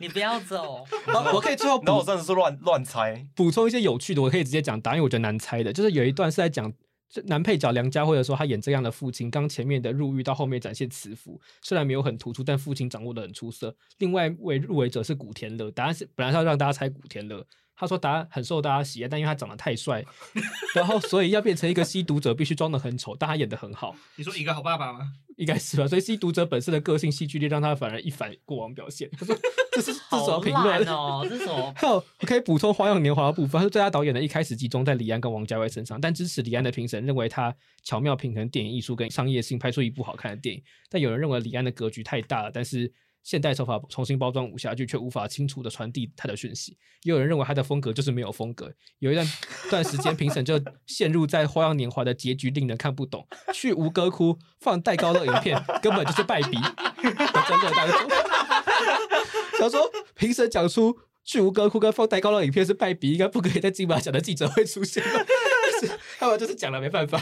[SPEAKER 1] 你不要 走，
[SPEAKER 2] 好，我可以最后补
[SPEAKER 3] 然后我真的是乱乱猜，
[SPEAKER 2] 补充一些有趣的，我可以直接讲答案，因为我觉得难猜的，就是有一段是在讲。这男配角梁家辉的时候，他演这样的父亲，刚前面的入狱到后面展现慈父，虽然没有很突出，但父亲掌握的很出色。另外一位入围者是古天乐，答案是本来是要让大家猜古天乐，他说答案很受大家喜爱，但因为他长得太帅， 然后所以要变成一个吸毒者，必须装的很丑，但他演的很好，
[SPEAKER 4] 你说一个好爸爸吗？
[SPEAKER 2] 应该是吧？所以吸毒者本身的个性戏剧力让他反而一反过往表现。他说这是这是
[SPEAKER 1] 好
[SPEAKER 2] 什么评
[SPEAKER 1] 烂
[SPEAKER 2] 论？
[SPEAKER 1] 哦，这是什 么？
[SPEAKER 2] 还有，我可以补充《花样年华》的部分，他说最佳导演呢一开始集中在李安跟王家卫身上，但支持李安的评审认为他巧妙平衡电影艺术跟商业性，拍出一部好看的电影。但有人认为李安的格局太大了，但是现代手法重新包装武侠剧却无法清楚的传递他的讯息。也有人认为他的风格就是没有风格。有一段段时间，评审就陷入在《花样年华》的结局令人看不懂，去吴哥窟放戴高乐影片，根本就是败笔的争论当中。 想说评审讲出去吴哥窟跟放戴高乐影片是败笔，应该不可以在金马奖的记者会出现吧？ 是他们就是讲了没办法。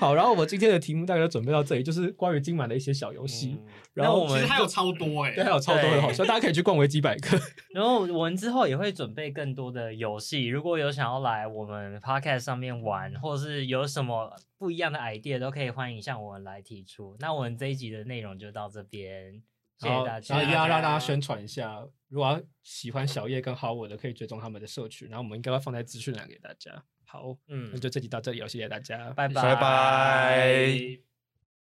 [SPEAKER 2] 好，然后我们今天的题目大概就准备到这里，就是关于金马的一些小游戏。
[SPEAKER 1] 嗯
[SPEAKER 2] 然
[SPEAKER 1] 那
[SPEAKER 2] 后
[SPEAKER 1] 我
[SPEAKER 4] 其
[SPEAKER 1] 们
[SPEAKER 4] 实还有超多哎、
[SPEAKER 2] 对，还有超多的好笑，大家可以去逛维基百 科。
[SPEAKER 1] 然后我们之后也会准备更多的游戏，如果有想要来我们 podcast 上面玩，或是有什么不一样的 idea，都可以欢迎向我们来提出。那我们这一集的内容就到这边，谢
[SPEAKER 2] 然
[SPEAKER 1] 谢
[SPEAKER 2] 后
[SPEAKER 1] 大
[SPEAKER 2] 然
[SPEAKER 1] 家。
[SPEAKER 2] 后一定要让大家宣传一下，如果要喜欢小叶跟好我的，可以追踪他们的社群，然后我们应该会放在资讯栏给大家。好，
[SPEAKER 1] 嗯
[SPEAKER 2] 哦那，就这集到这里了，谢谢大家，
[SPEAKER 1] 拜拜
[SPEAKER 3] 拜拜。